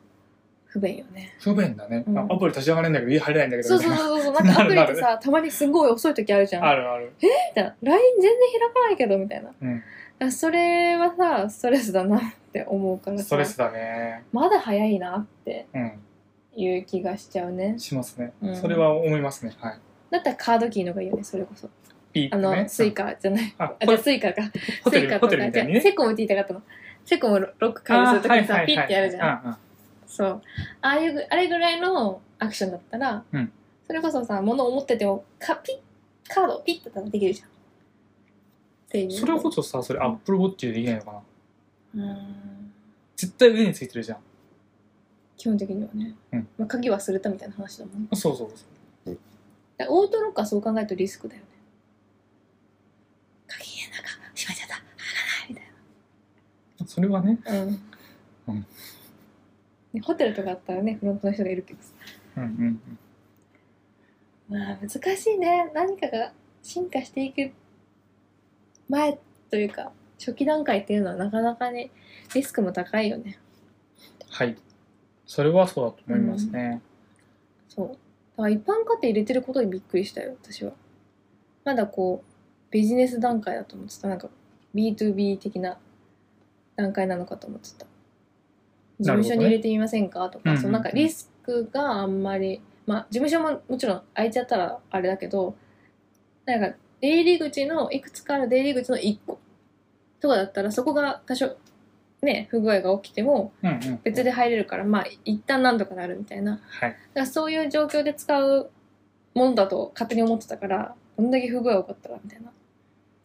[SPEAKER 2] 不便よね。
[SPEAKER 1] 不便だね、
[SPEAKER 2] うん
[SPEAKER 1] あアプリ立ち上がれんだけど家入れないんだけど
[SPEAKER 2] そう
[SPEAKER 1] みたい
[SPEAKER 2] そう
[SPEAKER 1] な。
[SPEAKER 2] そ うそうなんかアプリってさたまにすごい遅い時あるじゃん。
[SPEAKER 1] あるある。
[SPEAKER 2] みたいな LINE 全然開かないけどみたいな、
[SPEAKER 1] うん
[SPEAKER 2] あそれはさストレスだなって思うからさ
[SPEAKER 1] ストレスだね。
[SPEAKER 2] まだ早いなって
[SPEAKER 1] う
[SPEAKER 2] いう気がしちゃうね
[SPEAKER 1] ん。しますね、
[SPEAKER 2] うん
[SPEAKER 1] それは思いますね。はい。
[SPEAKER 2] だったらカードキーの方がいいよねそれこそ
[SPEAKER 1] ピーって
[SPEAKER 2] あの、
[SPEAKER 1] ね。
[SPEAKER 2] スイカじゃない
[SPEAKER 1] あホ
[SPEAKER 2] あじゃあスイカか
[SPEAKER 1] ホ
[SPEAKER 2] ス
[SPEAKER 1] テ
[SPEAKER 2] イ
[SPEAKER 1] ル
[SPEAKER 2] カ
[SPEAKER 1] ホ
[SPEAKER 2] と
[SPEAKER 1] テル
[SPEAKER 2] か
[SPEAKER 1] みたいに
[SPEAKER 2] じゃあ
[SPEAKER 1] ね。
[SPEAKER 2] セコムって言いたかったのセコムをロック解除するときにさ、ピッてやるじゃん、
[SPEAKER 1] ん。うんうん
[SPEAKER 2] そうああいうあれぐらいのアクションだったら、
[SPEAKER 1] うん
[SPEAKER 2] それこそさ物を持っててもかピッカードをピッてたらできるじゃんっていう
[SPEAKER 1] それこそさそれアップルウォッチでできないのかな。
[SPEAKER 2] うん
[SPEAKER 1] 絶対腕についてるじゃん。
[SPEAKER 2] 基本的にはね、
[SPEAKER 1] うん
[SPEAKER 2] まあ、鍵忘れたみたいな話だもんね
[SPEAKER 1] そうそうそう。
[SPEAKER 2] だからオートロックはそう考えるとリスクだよね鍵家の中しまっちゃった開かないみたい
[SPEAKER 1] それはね。
[SPEAKER 2] なうん、
[SPEAKER 1] うん
[SPEAKER 2] ね、ホテルとかあったらねフロントの人がいるけどさ
[SPEAKER 1] うんうんうん。
[SPEAKER 2] まあ難しいね何かが進化していく前というか初期段階っていうのはなかなかねリスクも高いよね
[SPEAKER 1] はい。それはそうだと思いますね。
[SPEAKER 2] そうだから一般家庭入れてることにびっくりしたよ私はまだこうビジネス段階だと思ってたなんか B2B 的な段階なのかと思ってた事
[SPEAKER 1] なるほど
[SPEAKER 2] 務
[SPEAKER 1] ね
[SPEAKER 2] 所に入れてみませんか、と
[SPEAKER 1] うんうんう
[SPEAKER 2] か
[SPEAKER 1] ん
[SPEAKER 2] そのなんかリスクがあんまりまあ事務所ももちろん空いちゃったらあれだけどなんか出入り口のいくつかある出入り口の1個とかだったらそこが多少ね不具合が起きても
[SPEAKER 1] うんうん。
[SPEAKER 2] 別で。入れるからまあ一旦なんとかなるみたいな
[SPEAKER 1] はい。
[SPEAKER 2] だからそういう状況で使うものだと勝手に思ってたからどんだけ不具合起こったらみたいな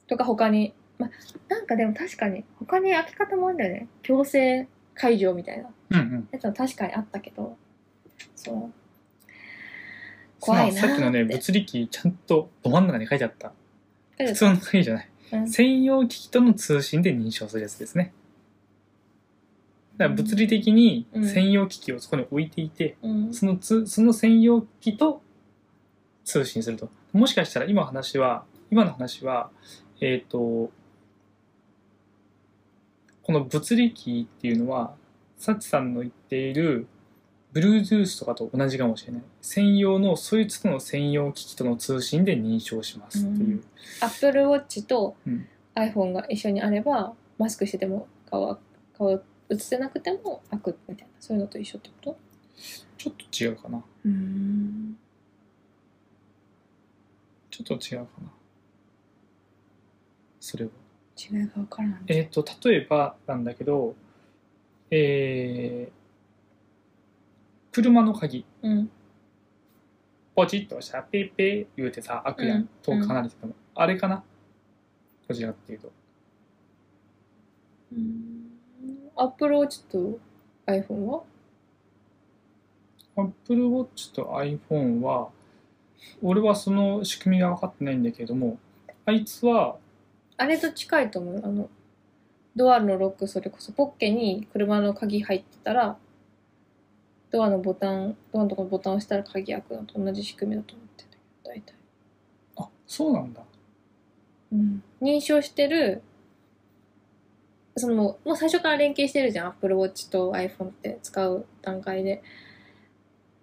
[SPEAKER 2] とか他にまあなんかでも確かに他に開け方もあるんだよね強制解除みたいな
[SPEAKER 1] うんうん。
[SPEAKER 2] やつは確かにあったけどそう怖いなーって
[SPEAKER 1] さっきのね、物理機、ちゃんとど真ん中に書いてあった。
[SPEAKER 2] 解
[SPEAKER 1] 普
[SPEAKER 2] 除
[SPEAKER 1] 通の鍵じゃない。
[SPEAKER 2] うん
[SPEAKER 1] 専用機器との通信で認証するやつですね。だから物理的に
[SPEAKER 2] うん
[SPEAKER 1] 専用機器をそこに置いていて、
[SPEAKER 2] うん
[SPEAKER 1] そのつその専用機器と通信すると。もしかしたら今話は、今の話は、えっ、と、この物理機っていうのは、サチさんの言っている Bluetooth とかと同じかもしれない。専用の、そいつとの専用機器との通信で認証しますっていう。
[SPEAKER 2] Apple Watch と
[SPEAKER 1] うん
[SPEAKER 2] iPhone が一緒にあればマスクしてても顔は顔映せなくても開くみたいなそういうのと一緒ってこと
[SPEAKER 1] ちょっと違うかな。
[SPEAKER 2] うん
[SPEAKER 1] ちょっと違うかな。それは。
[SPEAKER 2] 違いが分からん
[SPEAKER 1] えっ、と、例えばなんだけど、えー、車の鍵、
[SPEAKER 2] うん
[SPEAKER 1] ポチッと押したら、ペーペー言うてさ、開くや
[SPEAKER 2] うんん。
[SPEAKER 1] 遠く離れてても。あれかなどちらかっていうと。
[SPEAKER 2] アップルウォッチと iPhone は
[SPEAKER 1] Apple Watch と iPhone は、俺はその仕組みが分かってないんだけれども、あいつは、
[SPEAKER 2] あれと近いと思うあのドアのロックそれこそポッケに車の鍵入ってたらドアのボタンドアのとこのボタンを押したら鍵開くのと同じ仕組みだと思ってる大体
[SPEAKER 1] あ、そうなんだ。
[SPEAKER 2] うん認証してるそのもうもう最初から連携してるじゃん Apple Watch と iPhone って使う段階で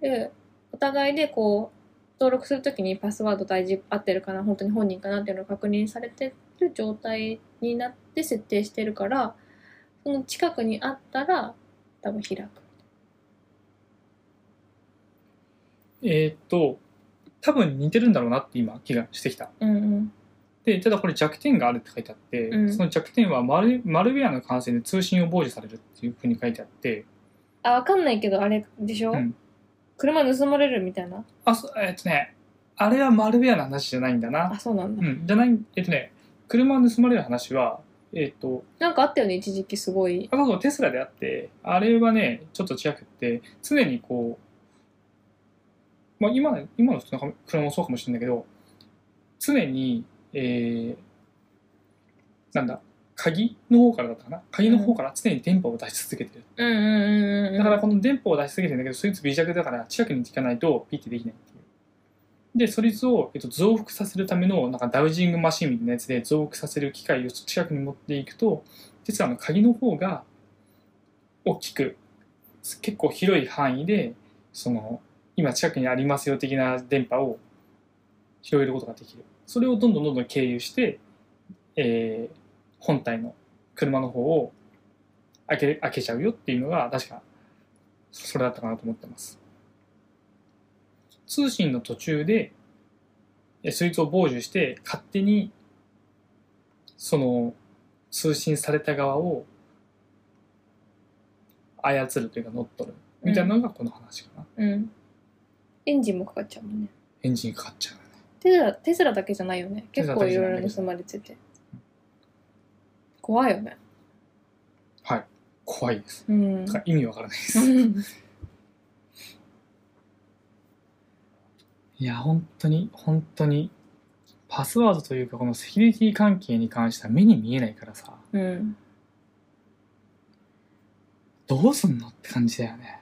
[SPEAKER 2] でお互いでこう登録するときにパスワード大事合ってるかな本当に本人かなっていうのが確認されてる状態になって設定してるからその近くにあったら多分開く
[SPEAKER 1] えーっと、多分似てるんだろうなって今気がしてきた。
[SPEAKER 2] うんうん
[SPEAKER 1] で、ただこれ弱点があるって書いてあって、
[SPEAKER 2] うん
[SPEAKER 1] その弱点はマルマルウェアの感染で通信を傍受されるっていうふうに書いてあって、
[SPEAKER 2] あわかんないけどあれでしょ、
[SPEAKER 1] うん
[SPEAKER 2] 車盗まれるみたいな
[SPEAKER 1] あ、そえーっとね、あれはマルウェアの話じゃないんだな
[SPEAKER 2] あ。そうなん
[SPEAKER 1] う
[SPEAKER 2] だ、
[SPEAKER 1] ん、じゃない、えーっとね、車を盗まれる話は、えーっと、
[SPEAKER 2] なんかあったよね一時期すごい
[SPEAKER 1] あそうそうテスラであってあれはねちょっと違くって常にこう、まあ、今今の普通の車もそうかもしれないけど常に、えー、なんだ鍵の方からだったかな鍵の方から常に電波を出し続けてる、
[SPEAKER 2] うんうんうんうんうん
[SPEAKER 1] だからこの電波を出し続けてるんだけどそいつ微弱だから近くに行かないとピッてできないっていうでそいつを、えっと、増幅させるためのなんかダウジングマシンみたいなやつで増幅させる機械を近くに持っていくと実はあの鍵の方が大きく結構広い範囲でその今近くにありますよ的な電波を広げることができるそれをどんどんどんどん経由して、えー本体の車の方を開け開けちゃうよっていうのが確かそれだったかなと思ってます通信の途中でえそいつを傍受して勝手にその通信された側を操るというか乗っ取るみたいなのがこの話かな、
[SPEAKER 2] うんエンジンもかかっちゃうもんね
[SPEAKER 1] エンジンかかっちゃうよね
[SPEAKER 2] テスラテスラだけじゃないよね
[SPEAKER 1] テス
[SPEAKER 2] 結
[SPEAKER 1] ラ
[SPEAKER 2] 構
[SPEAKER 1] だけ
[SPEAKER 2] い
[SPEAKER 1] じゃない
[SPEAKER 2] ろいろ盗まれてて怖いよね
[SPEAKER 1] 怖いです
[SPEAKER 2] うん
[SPEAKER 1] だから意味わからないです、いや本当に本当にパスワードというかこのセキュリティ関係に関しては目に見えないからさ
[SPEAKER 2] うん
[SPEAKER 1] どうすんのって感じだよね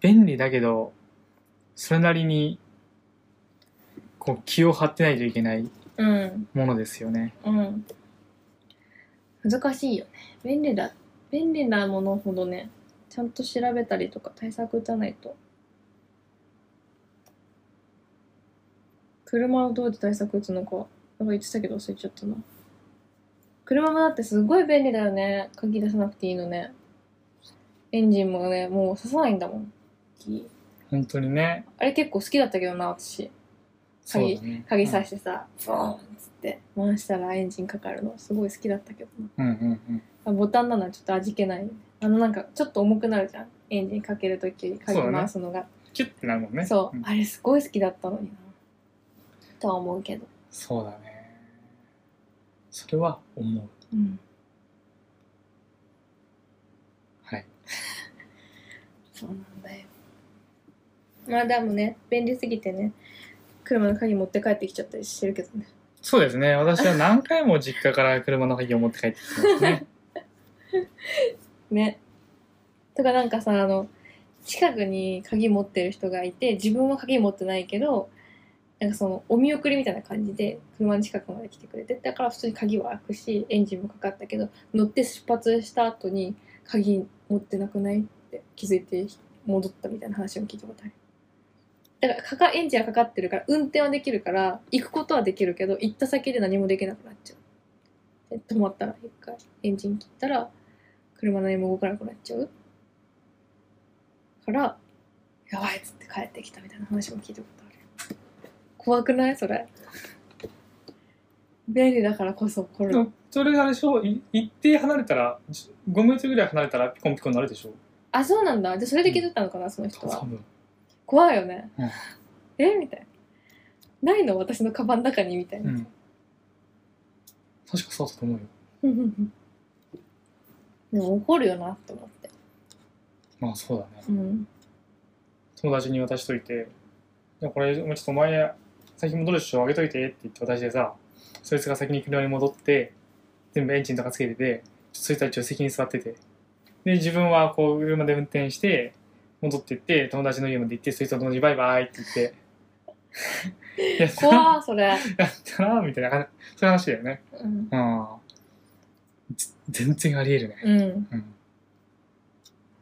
[SPEAKER 1] 便利だけどそれなりにこう気を張ってないといけない
[SPEAKER 2] うん
[SPEAKER 1] ものですよね
[SPEAKER 2] うん難しいよね便利だ便利なものほどねちゃんと調べたりとか対策打たないと車をどうやって対策打つのかなんか言ってたけど忘れちゃったな車もだってすごい便利だよね鍵出さなくていいのねエンジンもねもう刺さないんだもんキー
[SPEAKER 1] 本当にね
[SPEAKER 2] あれ結構好きだったけどな私
[SPEAKER 1] そうだね
[SPEAKER 2] 鍵さしてさ、ボーンっつって回したらエンジンかかるのすごい好きだったけどな
[SPEAKER 1] うんうんうん
[SPEAKER 2] あボタンなのはちょっと味気ないあのなんかちょっと重くなるじゃんエンジンかけるとき鍵
[SPEAKER 1] そうだね
[SPEAKER 2] 回すのが
[SPEAKER 1] キュッてなるもんね
[SPEAKER 2] そう,、
[SPEAKER 1] ん
[SPEAKER 2] あれすごい好きだったのになとは思うけど、
[SPEAKER 1] そうだねそれは思う
[SPEAKER 2] うん、
[SPEAKER 1] はい
[SPEAKER 2] そうなんだよまあでもね便利すぎてね車の鍵持って帰ってきちゃったりしてるけどね
[SPEAKER 1] そうですね私は何回も実家から車の鍵を持って帰ってきてますね
[SPEAKER 2] ねとかなんかさあの近くに鍵持ってる人がいて自分は鍵持ってないけどなんかそのお見送りみたいな感じで車の近くまで来てくれてだから普通に鍵は開くしエンジンもかかったけど乗って出発した後に鍵持ってなくないって気づいて戻ったみたいな話も聞いたことあるだからかかエンジンはかかってるから運転はできるから行くことはできるけど行った先で何もできなくなっちゃうで止まったら一回エンジン切ったら車何も動かなくなっちゃうからやばいっつって帰ってきたみたいな話も聞いたことある怖くないそれ便利だからこそこれ
[SPEAKER 1] でもそれあれでしょい一定離れたらじ5メートルぐらい離れたらピコンピコンになるでしょ
[SPEAKER 2] あそうなんだでそれで気づいたのかなその人
[SPEAKER 1] 多
[SPEAKER 2] は
[SPEAKER 1] 分
[SPEAKER 2] 怖いよね、
[SPEAKER 1] うん
[SPEAKER 2] えみたいなないの私のカバンの中にみたいうな、
[SPEAKER 1] ん確かそうだと思うよ
[SPEAKER 2] でも怒るよなって思って
[SPEAKER 1] まあそうだね
[SPEAKER 2] うん
[SPEAKER 1] 友達に渡しといて「いやこれちょっとお前先戻るでしょあげといて」って言って渡してさそいつが先に車に戻って全部エンジンとかつけててそいつは助手席に座っててで自分はこう車で運転して戻ってって友達の家まで行ってそいつは友達にバイバイって言って やった
[SPEAKER 2] 怖っそれ、
[SPEAKER 1] やったなみたいな感じそういう話だよね
[SPEAKER 2] うん
[SPEAKER 1] うんぜ全然ありえるね
[SPEAKER 2] うん、
[SPEAKER 1] うん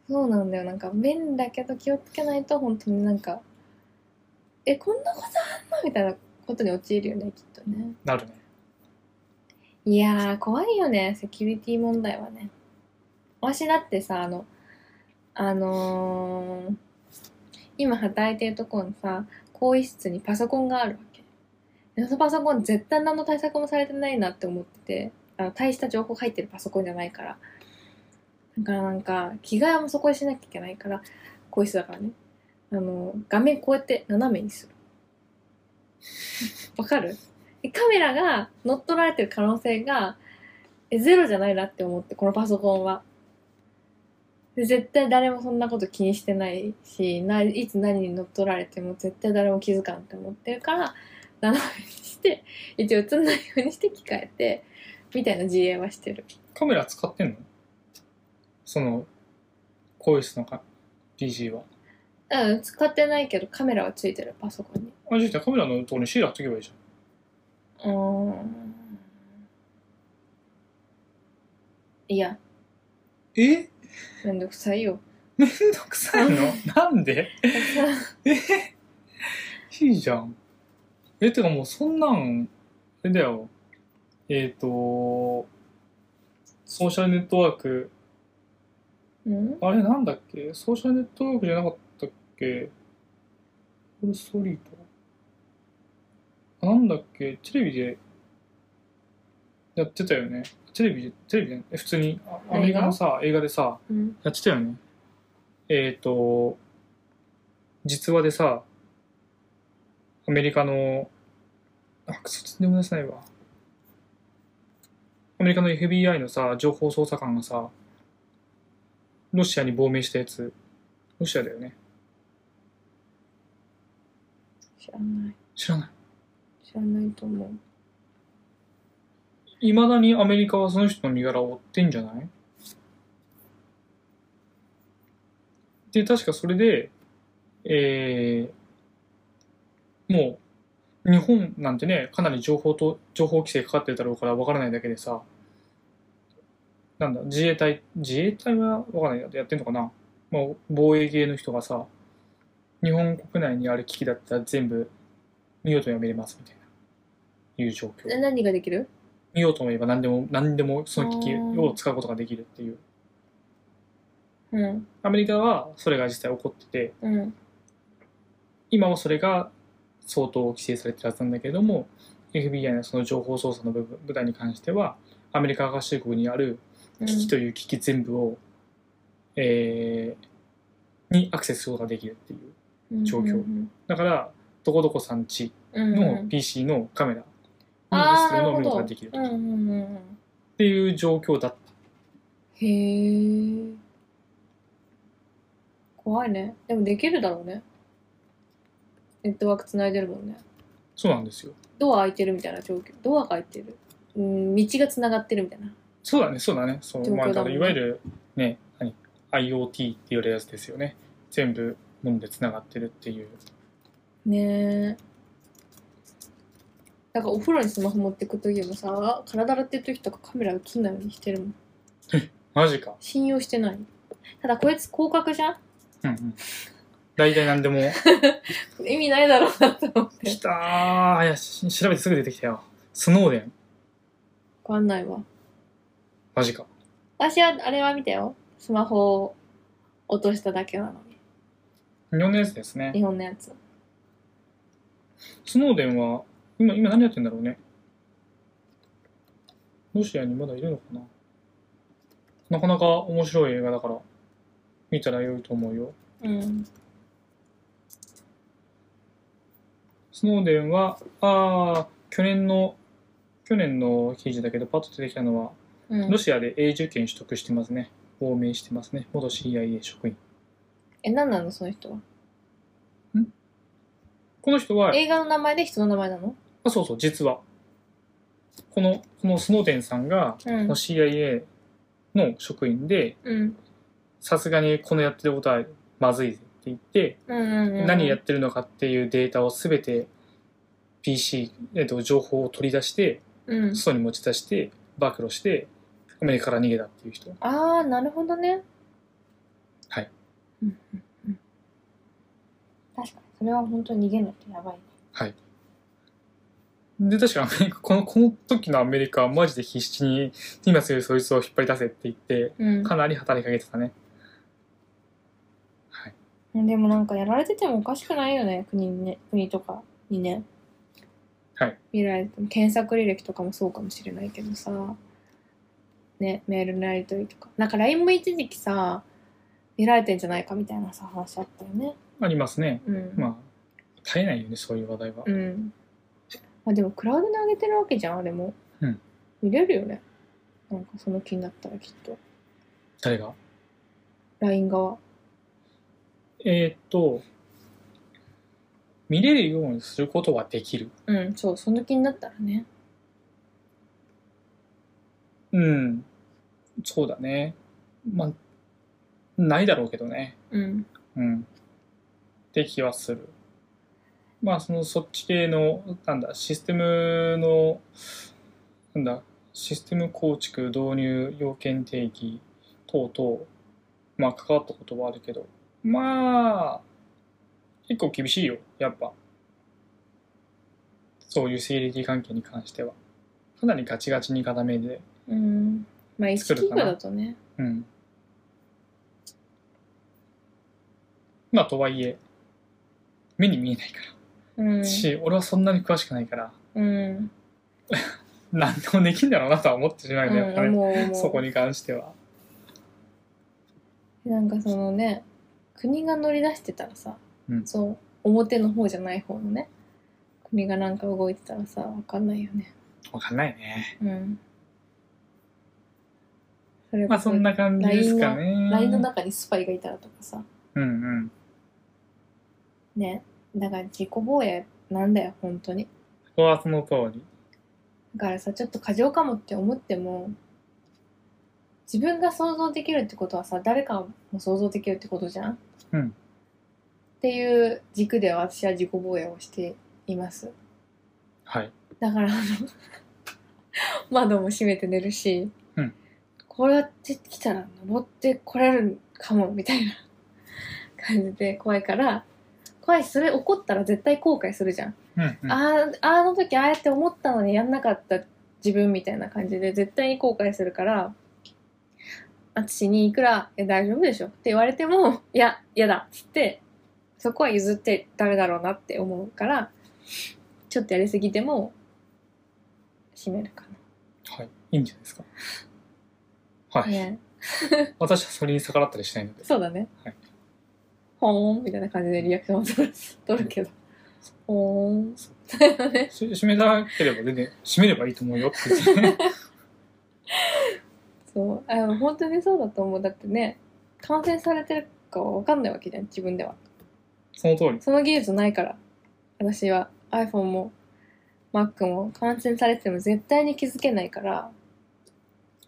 [SPEAKER 2] そうなんだよなんか便だけど気をつけないと本当になんかえこんなことあんのみたいなことに陥るよねきっとね
[SPEAKER 1] なるね
[SPEAKER 2] いやー怖いよねセキュリティ問題はねわしだってさあのあのー今働いてるところのさ更衣室にパソコンがあるわけでそのパソコン絶対何の対策もされてないなって思っててあの大した情報入ってるパソコンじゃないからだからなんか着替えもそこでしなきゃいけないから更衣室だからねあの画面こうやって斜めにするわかるでカメラが乗っ取られてる可能性がえゼロじゃないなって思ってこのパソコンはで絶対誰もそんなこと気にしてないしないつ何に乗っ取られても絶対誰も気づかんって思ってるから斜めにして一応映んないようにして着替えてみたいな自衛はしてる
[SPEAKER 1] カメラ使ってんのその更衣室のか PC は
[SPEAKER 2] うん使ってないけどカメラはついてるパソコンに
[SPEAKER 1] あじゃあカメラのところにシール貼っとけばいいじゃん
[SPEAKER 2] うーんいや
[SPEAKER 1] え
[SPEAKER 2] めんどくさ いよ
[SPEAKER 1] めんどくさいのなんでえいいじゃん。え、てかもうそんなん、あれだよ。えっ、と、ソーシャルネットワーク、
[SPEAKER 2] うん
[SPEAKER 1] あれなんだっけソーシャルネットワークじゃなかったっけホールストリートなんだっけテレビでやってたよね。テレビで、テレビで、え普通にあアメリカのさ、映画でさ、
[SPEAKER 2] うん
[SPEAKER 1] やってたよね。えっ、と、実話でさ、アメリカの、あ、そっちでも出せないわ。アメリカの FBI のさ、情報捜査官がさ、ロシアに亡命したやつ、ロシアだよね。
[SPEAKER 2] 知らない
[SPEAKER 1] 知らない。
[SPEAKER 2] 知らないと思う
[SPEAKER 1] いまだにアメリカはその人の身柄を追ってんじゃないで、確かそれで、えー、もう、日本なんてね、かなり情報と、情報規制かかってるだろうからわからないだけでさ、なんだ、自衛隊、自衛隊はわからないやってんのかなまあ、防衛系の人がさ、日本国内にある危機だったら全部、見ようとやめれます、みたいな、いう状況。
[SPEAKER 2] え何ができる
[SPEAKER 1] 見ようと思えば何でも何でもその機器を使うことができるっていう
[SPEAKER 2] うん
[SPEAKER 1] アメリカはそれが実際起こってて
[SPEAKER 2] うん
[SPEAKER 1] 今はそれが相当規制されてるはずなんだけれども FBI のその情報操作の部分部隊に関してはアメリカ合衆国にある
[SPEAKER 2] うん
[SPEAKER 1] 機器という機器全部を、えーにアクセスすることができるっていう状況
[SPEAKER 2] うん
[SPEAKER 1] だからどこどこさんち
[SPEAKER 2] うんうん
[SPEAKER 1] の PC のカメラに映
[SPEAKER 2] あ
[SPEAKER 1] す
[SPEAKER 2] ーな
[SPEAKER 1] の
[SPEAKER 2] る
[SPEAKER 1] を見
[SPEAKER 2] ほ
[SPEAKER 1] ることが
[SPEAKER 2] ど
[SPEAKER 1] できる
[SPEAKER 2] うんうんうんうん
[SPEAKER 1] っていう状況だった
[SPEAKER 2] へえ怖いねでもできるだろうねネットワークつないでるもんね
[SPEAKER 1] そうなんですよ
[SPEAKER 2] ドア開いてるみたいな状況ドアが開いてるうん道がつながってるみたいな
[SPEAKER 1] そうだね、そうだね。そう、
[SPEAKER 2] 状況
[SPEAKER 1] まあ、
[SPEAKER 2] だもんね
[SPEAKER 1] だからいわゆる、ね、何 ?IoT って言われるやつですよね。全部、もんで繋がってるっていう。
[SPEAKER 2] ねえだからお風呂にスマホ持ってく時もさ体洗ってる時とかカメラ映んないようにしてるもん
[SPEAKER 1] マジか。
[SPEAKER 2] 信用してないただこいつ広角じゃん
[SPEAKER 1] うんうん。大体何でも、
[SPEAKER 2] 意味ないだろうなと思って
[SPEAKER 1] きたー。いや、し調べてすぐ出てきたよ。スノーデン。
[SPEAKER 2] わかんないわ
[SPEAKER 1] マジか。
[SPEAKER 2] 私はあれは見たよスマホを落としただけなのに
[SPEAKER 1] 日本のやつですね。
[SPEAKER 2] 日本のやつ
[SPEAKER 1] スノーデンは、今、今何やってんだろうね。ロシアにまだいるのかななかなか面白い映画だから、見たら良いと思うよ。
[SPEAKER 2] うん
[SPEAKER 1] スノーデンは、ああ、去年の、去年の記事だけど、パッと出てきたのは、
[SPEAKER 2] うん
[SPEAKER 1] ロ、シアで永住権取得してますね。亡命してますね。元 CIA 職員。
[SPEAKER 2] え何なのその人は
[SPEAKER 1] この人は、
[SPEAKER 2] 映画の名前で人の名前なの
[SPEAKER 1] あそうそう、実は、この、このスノーデンさんが、
[SPEAKER 2] うん
[SPEAKER 1] この CIA の職員で、
[SPEAKER 2] うん
[SPEAKER 1] さすがにこのやってることはまずいぜって言って、
[SPEAKER 2] うんうんうん
[SPEAKER 1] 何やってるのかっていうデータをすべて PC、えっと、情報を取り出して
[SPEAKER 2] うん。
[SPEAKER 1] 外に持ち出して暴露してアメリカから逃げたっていう人
[SPEAKER 2] ああ、なるほどね。
[SPEAKER 1] はい。
[SPEAKER 2] うんうんうん。確かに、それは本当に逃げないとやばいね。
[SPEAKER 1] で確かアメリカ このこの時のアメリカはマジで必死に今すぐそいつを引っ張り出せって言って
[SPEAKER 2] うん
[SPEAKER 1] かなり働きかけてたねはい
[SPEAKER 2] うんでもなんかやられててもおかしくないよね国にね国とかにね
[SPEAKER 1] はい
[SPEAKER 2] 未来検索履歴とかもそうかもしれないけどさねメールのやり取りとかなんか LINE も一時期さ見られてんじゃないかみたいなさ話あったよね
[SPEAKER 1] ありますね
[SPEAKER 2] うん、
[SPEAKER 1] まあ絶えないよねそういう話題は、
[SPEAKER 2] うんまあでもクラウドに上げてるわけじゃんあれも、
[SPEAKER 1] うん
[SPEAKER 2] 見れるよねなんかその気になったらきっと
[SPEAKER 1] 誰が
[SPEAKER 2] LINE 側
[SPEAKER 1] えーっと見れるようにすることはできる
[SPEAKER 2] うんそうその気になったらね
[SPEAKER 1] うんそうだねまあないだろうけどね
[SPEAKER 2] うん
[SPEAKER 1] うんって気はするまあそのそっち系のなんだシステムのなんだシステム構築導入要件定義等々まあ関わったことはあるけどまあ結構厳しいよやっぱそういうセキュリティ関係に関してはかなりガチガチに固めで
[SPEAKER 2] うんまあ一
[SPEAKER 1] 作る
[SPEAKER 2] 企
[SPEAKER 1] か
[SPEAKER 2] 業
[SPEAKER 1] な
[SPEAKER 2] だとね
[SPEAKER 1] うん。まあ、とはいえ、目に見えないか
[SPEAKER 2] うん
[SPEAKER 1] ら。し、俺はそんなに詳しくないから、
[SPEAKER 2] うん
[SPEAKER 1] 何でもできんだろうなとは思ってしまうよね、やっぱ
[SPEAKER 2] うん
[SPEAKER 1] ね。
[SPEAKER 2] もうもう
[SPEAKER 1] そこに関しては。
[SPEAKER 2] なんかそのね国が乗り出してたらさ、
[SPEAKER 1] うん
[SPEAKER 2] そう表の方じゃない方のね国がなんか動いてたらさ分かんないよね
[SPEAKER 1] わかんないね。
[SPEAKER 2] うんそれ
[SPEAKER 1] ま
[SPEAKER 2] こ
[SPEAKER 1] あ、そ
[SPEAKER 2] そ
[SPEAKER 1] んな感じですかね。
[SPEAKER 2] LINE の中にスパイがいたらとかさ
[SPEAKER 1] うんうん。
[SPEAKER 2] ねだから自己防衛なんだよ本当に
[SPEAKER 1] そこはその通り。
[SPEAKER 2] だからさちょっと過剰かもって思っても自分が想像できるってことはさ誰かも想像できるってことじゃん、
[SPEAKER 1] うん
[SPEAKER 2] っていう軸で私は自己防衛をしています
[SPEAKER 1] はい。
[SPEAKER 2] だからあの 窓も閉めて寝るし、
[SPEAKER 1] うん
[SPEAKER 2] こうやって来たら登ってこれるかもみたいな感じで怖いから怖いしそれ怒ったら絶対後悔するじゃん
[SPEAKER 1] うん、うん。
[SPEAKER 2] あーあの時ああやって思ったのにやんなかった自分みたいな感じで絶対に後悔するから私にいくら「え大丈夫でしょ」って言われても「いや嫌だ」っつってそこは譲ってダメだろうなって思うからちょっとやりすぎても閉めるか
[SPEAKER 1] はい。いいんじゃないですか。は
[SPEAKER 2] な、
[SPEAKER 1] い。
[SPEAKER 2] ね、
[SPEAKER 1] 私はそれに逆らったりしないので。
[SPEAKER 2] そうだね、
[SPEAKER 1] はい
[SPEAKER 2] ほーんみたいな感じでリアクションを取る取るけどほーん
[SPEAKER 1] し閉めなければ全然、閉めればいいと思うよって言 ってね。
[SPEAKER 2] そうあの本当にそうだと思うだってね感染されてるかは分かんないわけじゃん自分では
[SPEAKER 1] その通り。
[SPEAKER 2] その技術ないから私は iPhone も Mac も感染されてても絶対に気づけないから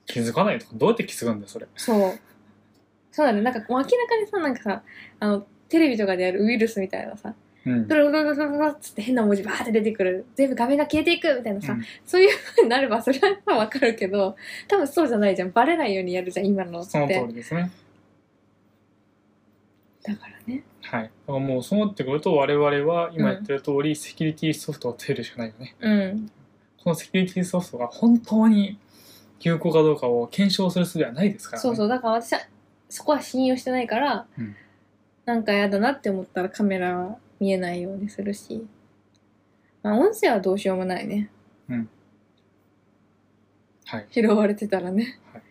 [SPEAKER 1] 気づかないとか、どうやって気づくんだよ、それ。
[SPEAKER 2] そうそうだねなんかもう明らかにさなんかさあのテレビとかでやるウイルスみたいなさ
[SPEAKER 1] うん
[SPEAKER 2] ド。ロドロドロドロドロっつって変な文字バーって出てくる全部画面が消えていくみたいなさ、
[SPEAKER 1] うん
[SPEAKER 2] そういう風になればそれはさ分かるけど多分そうじゃないじゃんバレないようにやるじゃん今のって
[SPEAKER 1] その通りですね。
[SPEAKER 2] だからね
[SPEAKER 1] はい。だからもうそうなってくると我々は今
[SPEAKER 2] う
[SPEAKER 1] や
[SPEAKER 2] ん
[SPEAKER 1] ってる通り、セキュリティソフトを頼るしかないよね。
[SPEAKER 2] うん
[SPEAKER 1] このセキュリティソフトが本当に有効かどうかを検証する術はないですから、ね。。
[SPEAKER 2] そうそううだから私はそこは信用してないから、
[SPEAKER 1] うん
[SPEAKER 2] なんか嫌だなって思ったらカメラは見えないようにするし、まあ、音声はどうしようもないね
[SPEAKER 1] はい。
[SPEAKER 2] 拾われてたらね、
[SPEAKER 1] はい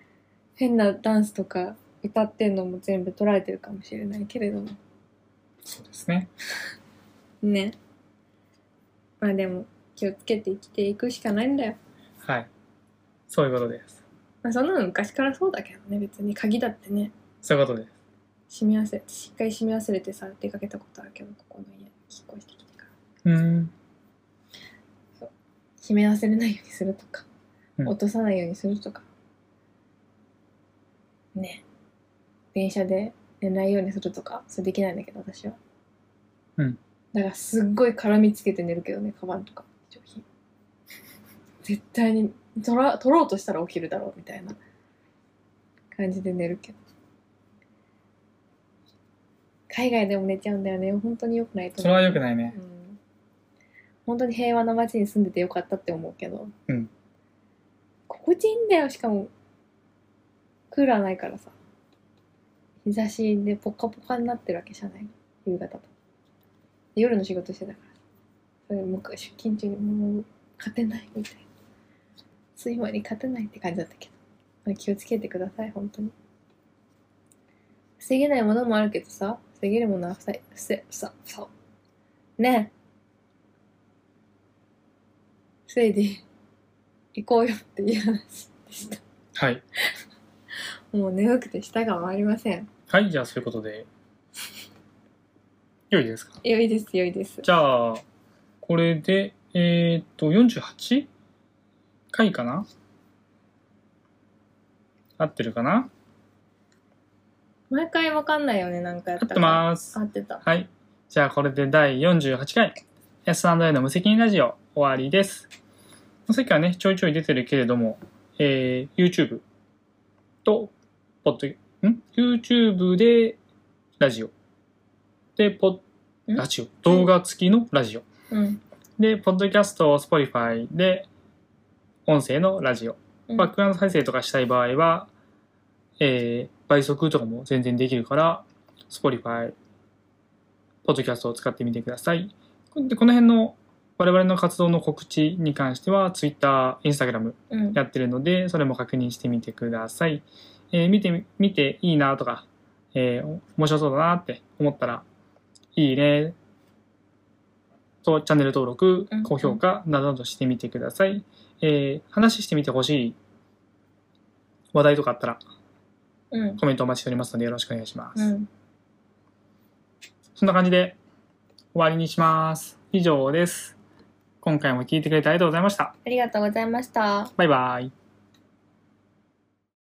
[SPEAKER 2] 変なダンスとか歌ってんのも全部取られてるかもしれないけれども
[SPEAKER 1] そうですね。
[SPEAKER 2] ねまあでも気をつけて生きていくしかないんだよ、
[SPEAKER 1] はい。そういうことです。
[SPEAKER 2] まあ、そんなの昔からそうだけどね別に鍵だってね
[SPEAKER 1] そういうことです。
[SPEAKER 2] 閉め忘れしっかり閉め忘れてさ出かけたことあるけどここの家に引っ越してきてから。
[SPEAKER 1] うん。
[SPEAKER 2] 締め忘れないようにするとか、
[SPEAKER 1] うん
[SPEAKER 2] 落とさないようにするとかね電車で寝ないようにするとかそれできないんだけど私は
[SPEAKER 1] うん
[SPEAKER 2] だからすっごい絡みつけて寝るけどねカバンとか上品 絶対に取ら取ろうとしたら起きるだろうみたいな感じで寝るけど海外でも寝ちゃうんだよね本当に良くないと
[SPEAKER 1] そ
[SPEAKER 2] 思う
[SPEAKER 1] れは良くないね。
[SPEAKER 2] うん本当に平和な街に住んでてよかったって思うけど、
[SPEAKER 1] うん
[SPEAKER 2] 心地いいんだよしかもクーラーないからさ日差しでポカポカになってるわけじゃない夕方と夜の仕事してたからそれもう出勤中にもう勝てないみたいな睡魔に勝てないって感じだったけど気をつけてください本当に防げないものもあるけどさ防げるものは防い防ささねえ。セイディ、行こうよっていう話でした。
[SPEAKER 1] はい。
[SPEAKER 2] もう眠くて舌が回りません。
[SPEAKER 1] はい、じゃあそういうことで。良いですか
[SPEAKER 2] 良いです、良いです。
[SPEAKER 1] じゃあ、これで、えーっと、48回かな合ってるかな
[SPEAKER 2] 毎回わかんないよね、なんかやっ
[SPEAKER 1] 合
[SPEAKER 2] た
[SPEAKER 1] っ
[SPEAKER 2] ら。
[SPEAKER 1] てます。
[SPEAKER 2] 合ってた。
[SPEAKER 1] はい。じゃあこれで第48回 S&A の無責任ラジオ終わりです。さっきはね、ちょいちょい出てるけれども、えー、YouTube と、ポッド、ん ?YouTube でラジオ。で、ポッ、
[SPEAKER 2] ん
[SPEAKER 1] ラジオ。動画付きのラジオ。
[SPEAKER 2] うん。
[SPEAKER 1] で、ポッドキャスト、Spotify で、音声のラジオ。
[SPEAKER 2] うん
[SPEAKER 1] バックグラウンド再生とかしたい場合は、えー倍速とかも全然できるから、Spotify、ポッドキャストを使ってみてください。で、この辺の我々の活動の告知に関しては、Twitter、Instagram
[SPEAKER 2] うん。
[SPEAKER 1] やってるので、それも確認してみてください。えー見て、見ていいなとか、えー面白そうだなって思ったら、いいね、と、チャンネル登録
[SPEAKER 2] うんうん、
[SPEAKER 1] 高評価などなどしてみてください。えー話してみてほしい話題とかあったら、
[SPEAKER 2] うん。
[SPEAKER 1] コメントお待ちしておりますので、よろしくお願いします。
[SPEAKER 2] うん。
[SPEAKER 1] そんな感じで、終わりにします。以上です。今回も聞いてくれてありがとうございました。
[SPEAKER 2] ありがとうございました。
[SPEAKER 1] バイバイ。